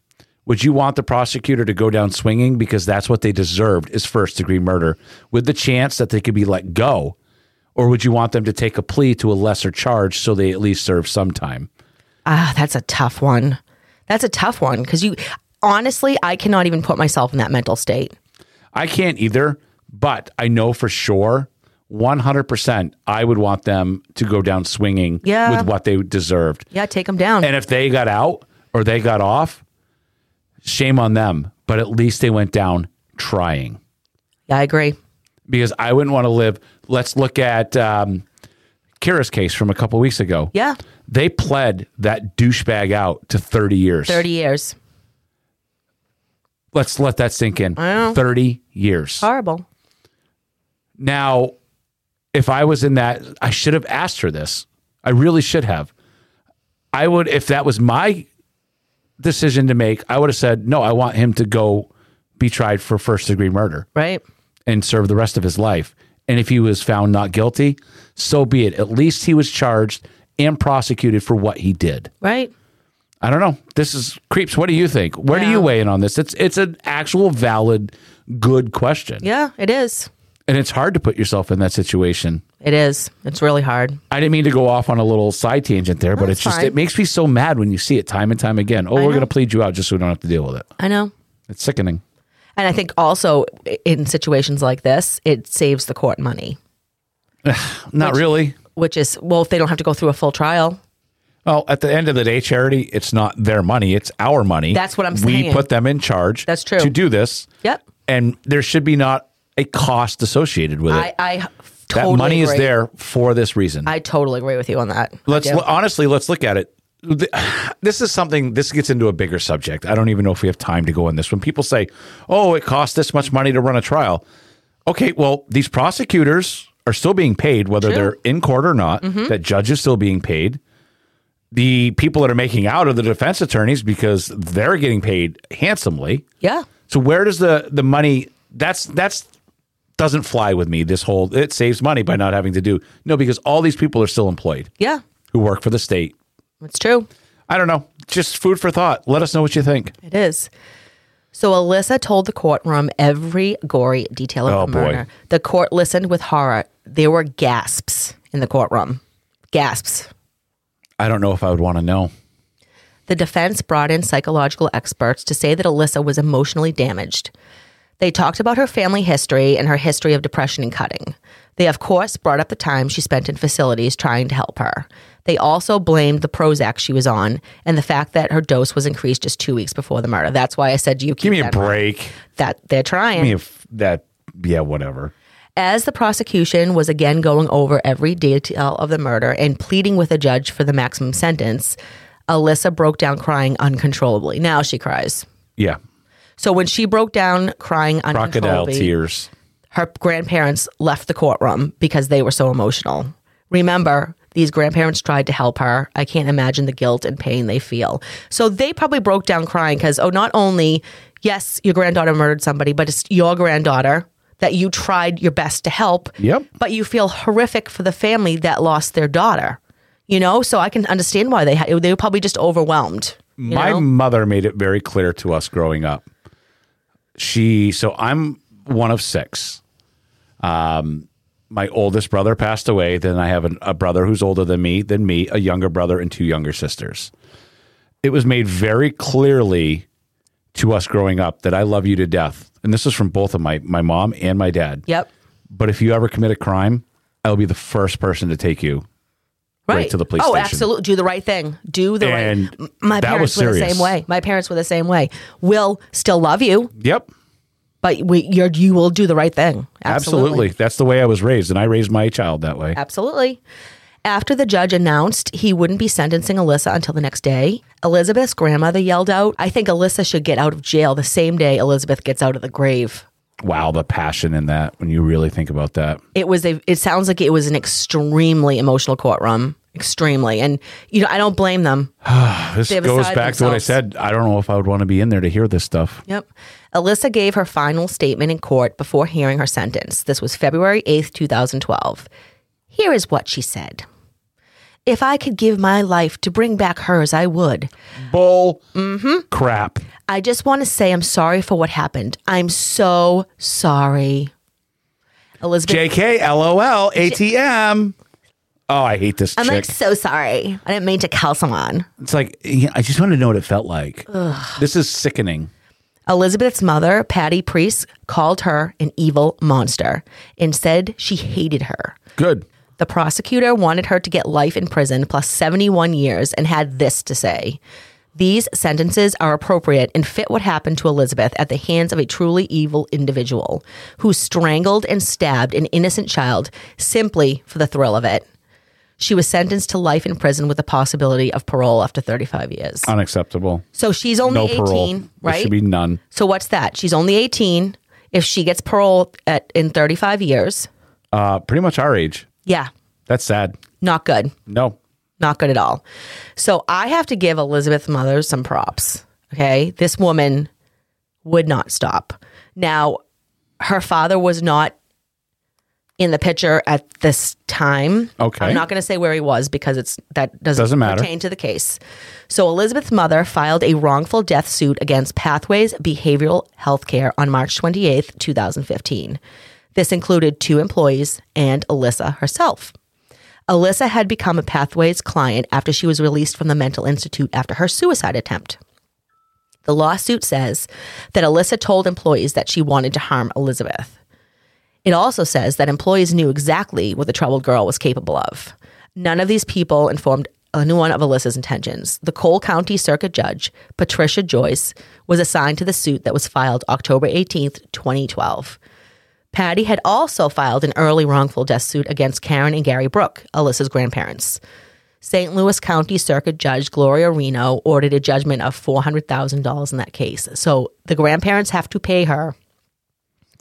Speaker 4: Would you want the prosecutor to go down swinging because that's what they deserved is first degree murder with the chance that they could be let go? Or would you want them to take a plea to a lesser charge so they at least serve some time?
Speaker 5: Ah, that's a tough one. That's a tough one because you honestly, I cannot even put myself in that mental state.
Speaker 4: I can't either, but I know for sure 100% I would want them to go down swinging
Speaker 5: Yeah.
Speaker 4: with what they deserved.
Speaker 5: Yeah, take them down.
Speaker 4: And if they got out or they got off, shame on them, but at least they went down trying.
Speaker 5: Yeah, I agree.
Speaker 4: because I wouldn't want to live. Let's look at um, Kira's case from a couple weeks ago.
Speaker 5: Yeah.
Speaker 4: They pled that douchebag out to 30 years.
Speaker 5: 30 years.
Speaker 4: Let's let that sink in.
Speaker 5: I know.
Speaker 4: 30 years.
Speaker 5: Horrible.
Speaker 4: Now, if I was in that, I should have asked her this. I really should have. I would, if that was my decision to make, I would have said, no, I want him to go be tried for first degree murder.
Speaker 5: Right.
Speaker 4: and serve the rest of his life. And if he was found not guilty, so be it. At least he was charged and prosecuted for what he did.
Speaker 5: Right.
Speaker 4: I don't know. This is creeps. What do you think? Where do you weigh in on this? It's it's an actual valid good question.
Speaker 5: Yeah, it is.
Speaker 4: And it's hard to put yourself in that situation.
Speaker 5: It is. It's really hard.
Speaker 4: I didn't mean to go off on a little side tangent there, but
Speaker 5: That's
Speaker 4: it's just
Speaker 5: fine.
Speaker 4: it makes me so mad when you see it time and time again. Oh, we're going to plead you out just so we don't have to deal with it.
Speaker 5: I know.
Speaker 4: It's sickening.
Speaker 5: And I think also i- in situations like this, it saves the court money,
Speaker 4: Not really.
Speaker 5: which is, well, if they don't have to go through a full trial,
Speaker 4: Well, at the end of the day, charity, it's not their money, it's our money.
Speaker 5: That's what I'm
Speaker 4: We
Speaker 5: saying.
Speaker 4: put them in charge.
Speaker 5: That's true.
Speaker 4: To do this.
Speaker 5: Yep.
Speaker 4: And there should be not a cost associated with it.
Speaker 5: I, I
Speaker 4: that
Speaker 5: totally
Speaker 4: money is
Speaker 5: agree.
Speaker 4: there for this reason.
Speaker 5: I totally agree with you on that. I
Speaker 4: let's
Speaker 5: do.
Speaker 4: l- honestly, let's look at it. Th- This is something. This gets into a bigger subject. I don't even know if we have time to go on this. When people say, "Oh, it costs this much money to run a trial," okay, well, these prosecutors are still being paid, whether
Speaker 9: True.
Speaker 4: they're in court or not. That judge is still being paid. The people that are making out are the defense attorneys because they're getting paid handsomely.
Speaker 5: yeah.
Speaker 4: So where does the the money? That's that's doesn't fly with me. This whole it saves money by not having to do no because all these people are still employed
Speaker 5: Yeah.
Speaker 4: who work for the state.
Speaker 5: It's true.
Speaker 4: I don't know. Just food for thought. Let us know what you think.
Speaker 5: It is. So Alyssa told the courtroom every gory detail of
Speaker 4: Oh,
Speaker 5: the
Speaker 4: boy.
Speaker 5: murder. The court listened with horror. There were gasps in the courtroom. Gasps.
Speaker 4: I don't know if I would want to know.
Speaker 5: The defense brought in psychological experts to say that Alyssa was emotionally damaged. They talked about her family history and her history of depression and cutting. They, of course, brought up the time she spent in facilities trying to help her. They also blamed the Prozac she was on and the fact that her dose was increased just two weeks before the murder. That's why I said to you,
Speaker 4: Give me a
Speaker 5: that in mind.
Speaker 4: break.
Speaker 5: That they're
Speaker 4: Give
Speaker 5: trying.
Speaker 4: me a f- that. Yeah, whatever.
Speaker 5: As the prosecution was again going over every detail of the murder and pleading with a judge for the maximum sentence, Alyssa broke down crying uncontrollably. Now she cries.
Speaker 4: Yeah,
Speaker 5: So when she broke down crying uncontrollably,
Speaker 4: crocodile tears.
Speaker 5: her grandparents left the courtroom because they were so emotional. Remember, these grandparents tried to help her. I can't imagine the guilt and pain they feel. So they probably broke down crying because, oh, not only, yes, your granddaughter murdered somebody, but it's your granddaughter that you tried your best to help.
Speaker 4: Yep.
Speaker 5: But you feel horrific for the family that lost their daughter. You know, so I can understand why they had, they were probably just overwhelmed. you
Speaker 4: My
Speaker 5: know?
Speaker 4: mother made it very clear to us growing up. She so I'm one of six. Um, my oldest brother passed away. Then I have an, a brother who's older than me, than me, a younger brother, and two younger sisters. It was made very clearly to us growing up that I love you to death, and this is from both of my my mom and my dad.
Speaker 5: Yep.
Speaker 4: But if you ever commit a crime, I'll be the first person to take you right, to the police
Speaker 5: oh,
Speaker 4: station.
Speaker 5: absolutely. Do the right thing. Do the
Speaker 4: And
Speaker 5: right. M- My
Speaker 4: that
Speaker 5: parents
Speaker 4: was
Speaker 5: were the
Speaker 4: serious.
Speaker 5: same way. My parents were the same way. Will still love you,
Speaker 4: Yep.
Speaker 5: but we, you're, you will do the right thing.
Speaker 4: Absolutely. That's the way I was raised, and I raised my child that way.
Speaker 5: Absolutely. After the judge announced he wouldn't be sentencing Alyssa until the next day, Elizabeth's grandmother yelled out, I think Alyssa should get out of jail the same day Elizabeth gets out of the grave.
Speaker 4: Wow, the passion in that when you really think about that.
Speaker 5: It was a it sounds like it was an extremely emotional courtroom. Extremely. And you know, I don't blame them.
Speaker 4: This
Speaker 5: They
Speaker 4: goes
Speaker 5: have a
Speaker 4: back
Speaker 5: side
Speaker 4: to what I
Speaker 5: themselves.
Speaker 4: said. I don't know if I would want to be in there to hear this stuff.
Speaker 5: Yep. Alyssa gave her final statement in court before hearing her sentence. This was February 8th, 2012. Here is what she said If I could give my life to bring back hers, I would.
Speaker 4: Bull
Speaker 5: Mm-hmm.
Speaker 4: crap.
Speaker 5: I just want to say I'm sorry for what happened. I'm so sorry. Elizabeth.
Speaker 4: JK, LOL, ATM. Oh, I hate this
Speaker 5: I'm
Speaker 4: chick.
Speaker 5: like so sorry. I didn't mean to call someone.
Speaker 4: it's like, yeah, I just want to know what it felt like.
Speaker 5: Ugh.
Speaker 4: This is sickening.
Speaker 5: Elizabeth's mother, Patty Priest, called her an evil monster and said she hated her.
Speaker 4: Good.
Speaker 5: The prosecutor wanted her to get life in prison plus 71 years and had this to say These sentences are appropriate and fit what happened to Elizabeth at the hands of a truly evil individual who strangled and stabbed an innocent child simply for the thrill of it. She was sentenced to life in prison with the possibility of parole after 35 years.
Speaker 4: Unacceptable.
Speaker 5: So she's only
Speaker 4: Uh, no
Speaker 5: 18,
Speaker 4: parole. There
Speaker 5: right?
Speaker 4: should be none.
Speaker 5: So what's that? She's only 18. If she gets parole at in 35 years,
Speaker 4: Uh, pretty much our age.
Speaker 5: yeah,
Speaker 4: That's sad.
Speaker 5: not good.
Speaker 4: No.
Speaker 5: Not good at all. So I have to give Elizabeth Mother some props. Okay? This woman would not stop. Now, her father was not in the picture at this time.
Speaker 4: Okay.
Speaker 5: I'm not going to say where he was because it's that doesn't,
Speaker 4: Doesn't matter.
Speaker 5: pertain to the case. So Elizabeth's mother filed a wrongful death suit against Pathways Behavioral Healthcare on March 28th, 2015. This included two employees and Alyssa herself. Alyssa had become a Pathways client after she was released from the mental institute after her suicide attempt. The lawsuit says that Alyssa told employees that she wanted to harm Elizabeth. It also says that employees knew exactly what the troubled girl was capable of. None of these people informed anyone of Alyssa's intentions. The Cole County Circuit Judge, Patricia Joyce, was assigned to the suit that was filed October 18th, 2012. Patty had also filed an early wrongful death suit against Karen and Gary Brooke, Alyssa's grandparents. St. Louis County Circuit Judge Gloria Reno ordered a judgment of $400,000 in that case. So the grandparents have to pay her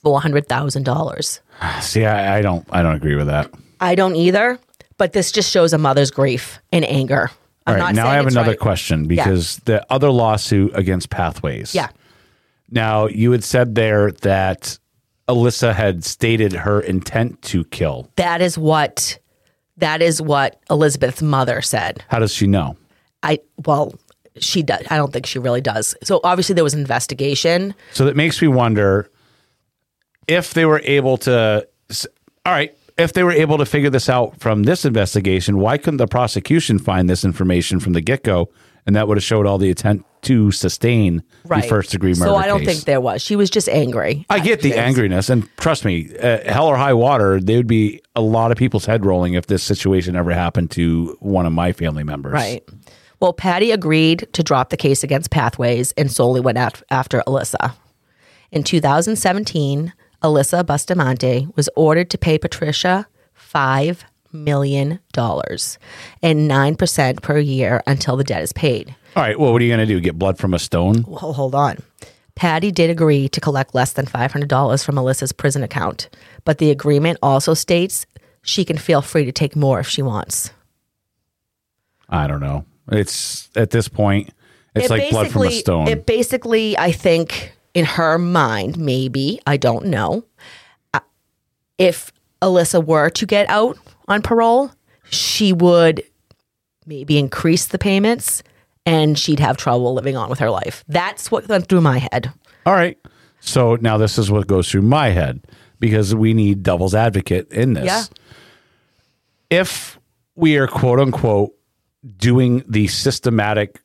Speaker 5: $400,000.
Speaker 4: See, I, I don't. I don't agree with that.
Speaker 5: I don't either, but this just shows a mother's grief and anger. I'm
Speaker 4: All right,
Speaker 5: not
Speaker 4: now I
Speaker 5: saying
Speaker 4: have
Speaker 5: it's
Speaker 4: another
Speaker 5: right.
Speaker 4: question
Speaker 5: Yeah.
Speaker 4: because the other lawsuit against Pathways.
Speaker 5: Yeah.
Speaker 4: Now, you had said there that Alyssa had stated her intent to kill.
Speaker 5: That is what that is what Elizabeth's mother said.
Speaker 4: How does she know?
Speaker 5: I well, she does. I don't think she really does. So obviously there was an investigation.
Speaker 4: So that makes me wonder if they were able to. s- All right, if they were able to figure this out from this investigation, why couldn't the prosecution find this information from the get go, and that would have showed all the intent to sustain
Speaker 5: Right.
Speaker 4: the first degree murder?
Speaker 5: So I don't
Speaker 4: case.
Speaker 5: think there was. She was just angry.
Speaker 4: I get the angriness, and trust me, uh, hell or high water, there would be a lot of people's head rolling if this situation ever happened to one of my family members.
Speaker 5: Right. Well, Patty agreed to drop the case against Pathways and solely went af- after Alyssa. In 2017, Alyssa Bustamante was ordered to pay Patricia $5 million and 9% per year until the debt is paid.
Speaker 4: All right. Well, what are you going to do? Get blood from a stone?
Speaker 5: Well, hold on. Patty did agree to collect less than $500 from Alyssa's prison account, but the agreement also states she can feel free to take more if she wants.
Speaker 4: I don't know. It's at this point, it's
Speaker 5: It
Speaker 4: like blood from a
Speaker 5: basically-
Speaker 4: stone.
Speaker 5: It basically, I think, in her mind, maybe I don't know. uh, If Alyssa were to get out on parole, she would maybe increase the payments, and she'd have trouble living on with her life. That's what went through my head.
Speaker 4: All right. So now this is what goes through my head because we need devil's advocate in this.
Speaker 5: Yeah.
Speaker 4: If we are quote unquote doing the systematic,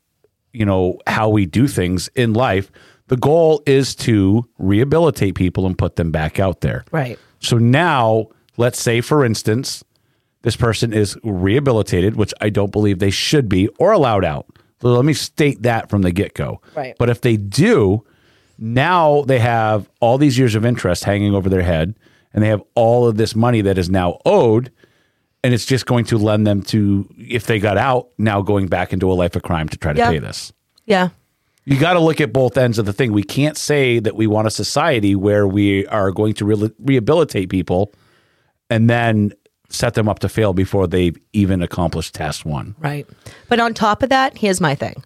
Speaker 4: you know, how we do things in life, the goal is to rehabilitate people and put them back out there.
Speaker 5: Right.
Speaker 4: So now, let's say, for instance, this person is rehabilitated, which I don't believe they should be or allowed out. So let me state that from the get go.
Speaker 9: Right.
Speaker 4: But if they do, now they have all these years of interest hanging over their head and they have all of this money that is now owed. And it's just going to lend them to, if they got out, now going back into a life of crime to try to
Speaker 5: Yeah.
Speaker 4: pay this.
Speaker 5: Yeah.
Speaker 4: You got to look at both ends of the thing. We can't say that we want a society where we are going to re- rehabilitate people and then set them up to fail before they've even accomplished task one.
Speaker 5: Right. But on top of that, here's my thing.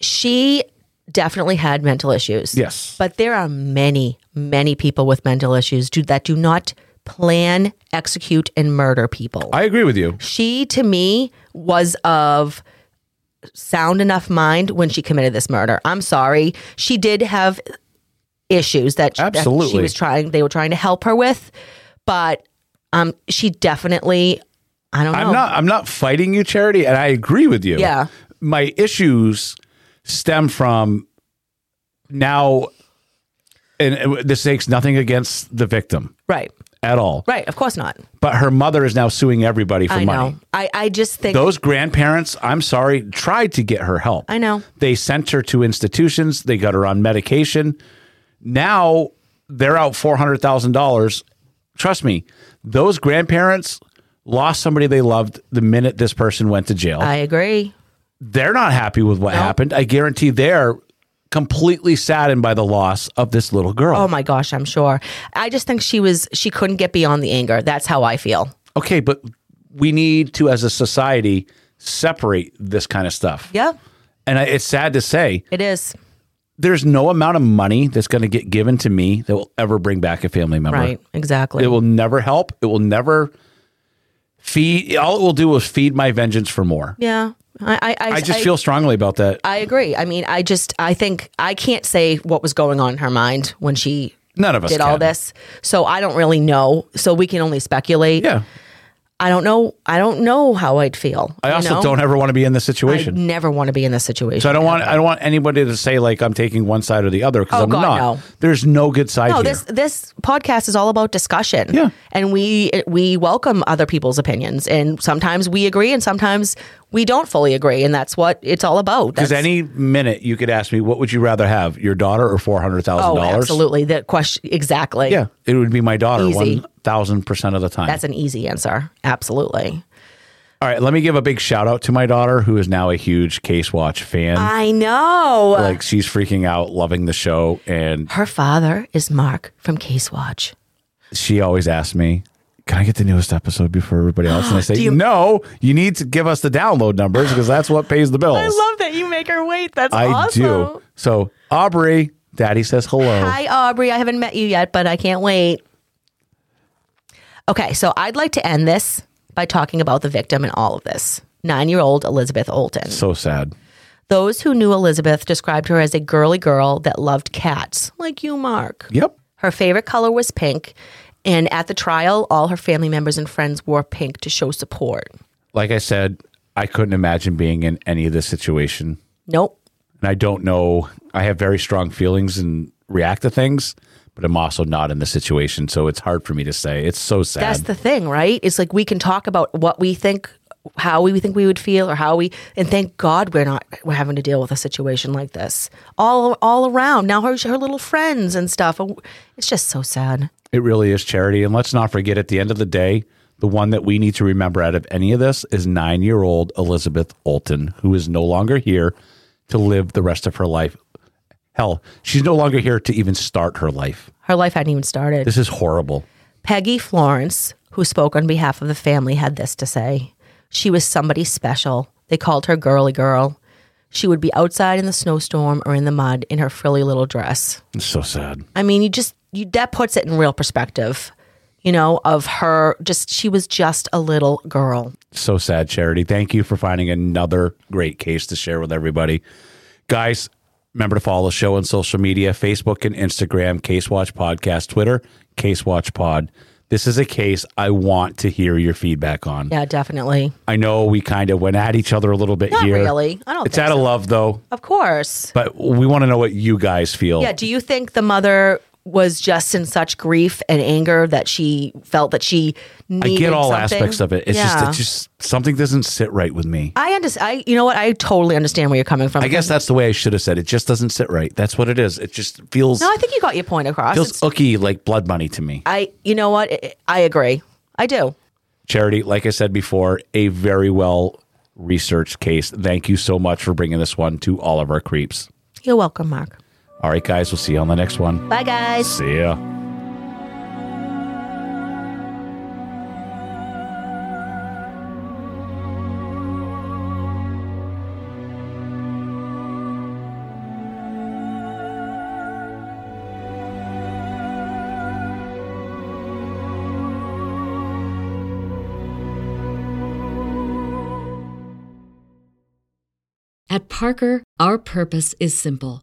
Speaker 5: She definitely had mental issues.
Speaker 4: Yes.
Speaker 5: But there are many, many people with mental issues do, that do not plan, execute, and murder people.
Speaker 4: I agree with you.
Speaker 5: She, to me, was of sound enough mind when she committed this murder. I'm sorry. She did have issues that, that she
Speaker 4: Absolutely.
Speaker 5: was trying, they were trying to help her with, but um, she definitely, I don't know.
Speaker 4: I'm not I'm not fighting you, Charity, and I agree with you.
Speaker 5: Yeah.
Speaker 4: My issues stem from now and it- this takes nothing against the victim.
Speaker 5: Right.
Speaker 4: At all.
Speaker 5: Right, of course not.
Speaker 4: But her mother is now suing everybody for
Speaker 5: I
Speaker 4: money.
Speaker 5: know. I, I just think
Speaker 4: Those grandparents, I'm sorry, tried to get her help.
Speaker 5: I know.
Speaker 4: They sent her to institutions. They got her on medication. Now they're out four hundred thousand dollars. Trust me, those grandparents lost somebody they loved the minute this person went to jail.
Speaker 5: I agree.
Speaker 4: they're not happy with what happened. I guarantee they're completely saddened by the loss of this little girl.
Speaker 5: Oh my gosh, I'm sure. I just think she was she couldn't get beyond the anger. That's how I feel.
Speaker 4: Okay, but we need to, as a society, separate this kind of stuff.
Speaker 5: Yeah.
Speaker 4: And I, it's sad to say,
Speaker 5: It is.
Speaker 4: there's no amount of money that's going to get given to me that will ever bring back a family member.
Speaker 5: Right. Exactly.
Speaker 4: It will never help. It will never feed. All it will do is feed my vengeance for more.
Speaker 5: yeah. I I,
Speaker 4: I, just feel strongly about that.
Speaker 5: I agree. I mean, I just I think I can't say what was going on in her mind when she
Speaker 4: None of us
Speaker 5: did all
Speaker 4: can.
Speaker 5: this. So I don't really know. So we can only speculate.
Speaker 4: Yeah.
Speaker 5: I don't know. I don't know how I'd feel.
Speaker 4: I
Speaker 5: you
Speaker 4: also
Speaker 5: know?
Speaker 4: don't ever want to be in this
Speaker 5: I
Speaker 4: situation.
Speaker 5: never want to be in this situation.
Speaker 4: so I don't want I don't want anybody to say like I'm taking one side or the other because
Speaker 5: Oh,
Speaker 4: I'm
Speaker 5: God,
Speaker 4: not.
Speaker 5: no.
Speaker 4: There's no good side
Speaker 5: no,
Speaker 4: here.
Speaker 5: this this podcast is all about discussion. Yeah, and we we welcome other people's opinions, and sometimes we agree, and sometimes we don't fully agree, and that's what it's all about.
Speaker 4: Because
Speaker 5: That's-
Speaker 4: any minute you could ask me, what would you rather have, your daughter or four hundred thousand
Speaker 5: oh,
Speaker 4: dollars?
Speaker 5: absolutely, that question exactly.
Speaker 4: Yeah, it would be my daughter
Speaker 5: Easy.
Speaker 4: one thousand percent of the time.
Speaker 5: that's an easy answer. Absolutely,
Speaker 4: All right, let me give a big shout out to my daughter, who is now a huge Case Watch fan.
Speaker 5: I know.
Speaker 4: like she's freaking out, loving the show, and
Speaker 5: Her father is Mark from Case Watch.
Speaker 4: she always asks me, "Can I get the newest episode before everybody else?" And I say,
Speaker 5: Do you-
Speaker 4: "No, you need to give us the download numbers because that's what pays the bills."
Speaker 5: love that you make her wait. That's
Speaker 4: I do. So Aubrey, Daddy says hello.
Speaker 5: Hi, Aubrey. I haven't met you yet, but I can't wait. Okay, so I'd like to end this by talking about the victim in all of this. nine year old Elizabeth Olton.
Speaker 4: So sad.
Speaker 5: Those who knew Elizabeth described her as a girly girl that loved cats, like you, Mark.
Speaker 4: Yep.
Speaker 5: Her favorite color was pink, and at the trial, all her family members and friends wore pink to show support.
Speaker 4: Like I said, I couldn't imagine being in any of this situation.
Speaker 5: Nope.
Speaker 4: And I don't know. I have very strong feelings and react to things, but I'm also not in the situation. So it's hard for me to say. It's so sad.
Speaker 5: That's the thing, right? It's like we can talk about what we think, how we think we would feel, or how we. And thank God we're not we're having to deal with a situation like this all all around. Now her her little friends and stuff. It's just so sad.
Speaker 4: It really is charity. And let's not forget at the end of the day, the one that we need to remember out of any of this is nine year old Elizabeth Olton, who is no longer here to live the rest of her life. Hell, she's no longer here to even start her life.
Speaker 5: Her life hadn't even started.
Speaker 4: This is horrible.
Speaker 5: Peggy Florence, who spoke on behalf of the family, had this to say. She was somebody special. They called her girly girl. She would be outside in the snowstorm or in the mud in her frilly little dress.
Speaker 4: It's so sad.
Speaker 5: I mean, you just you that puts it in real perspective, you know, of her just she was just a little girl.
Speaker 4: So sad, Charity. Thank you for finding another great case to share with everybody. Guys, remember to follow the show on social media, Facebook and Instagram, Case Watch Podcast, Twitter, Case Watch Pod. This is a case I want to hear your feedback on.
Speaker 5: Yeah, definitely.
Speaker 4: I know we kind of went at each other a little bit
Speaker 5: Not
Speaker 4: here.
Speaker 5: really. I don't
Speaker 4: It's
Speaker 5: think
Speaker 4: out
Speaker 5: so.
Speaker 4: of love though.
Speaker 5: Of course.
Speaker 4: But we want to know what you guys feel.
Speaker 5: Yeah, do you think the mother was just in such grief and anger that she felt that she
Speaker 4: I
Speaker 5: needed
Speaker 4: get all
Speaker 5: something?
Speaker 4: aspects of it. It's
Speaker 5: Yeah.
Speaker 4: just it's just something doesn't sit right with me.
Speaker 5: I understand. I, you know what? I totally understand where you're coming from.
Speaker 4: I guess that's the way I should have said it. Just doesn't sit right. That's what it is. It just feels
Speaker 5: No, I think you got your point across.
Speaker 4: feels
Speaker 5: It's-
Speaker 4: ooky like blood money to me.
Speaker 5: I, you know what? I- I agree. I do.
Speaker 4: Charity, like I said before, a very well researched case. Thank you so much for bringing this one to all of our creeps.
Speaker 5: You're welcome, Mark.
Speaker 4: All right, guys, we'll see you on the next one.
Speaker 5: Bye, guys.
Speaker 4: See ya.
Speaker 6: At Parker, our purpose is simple.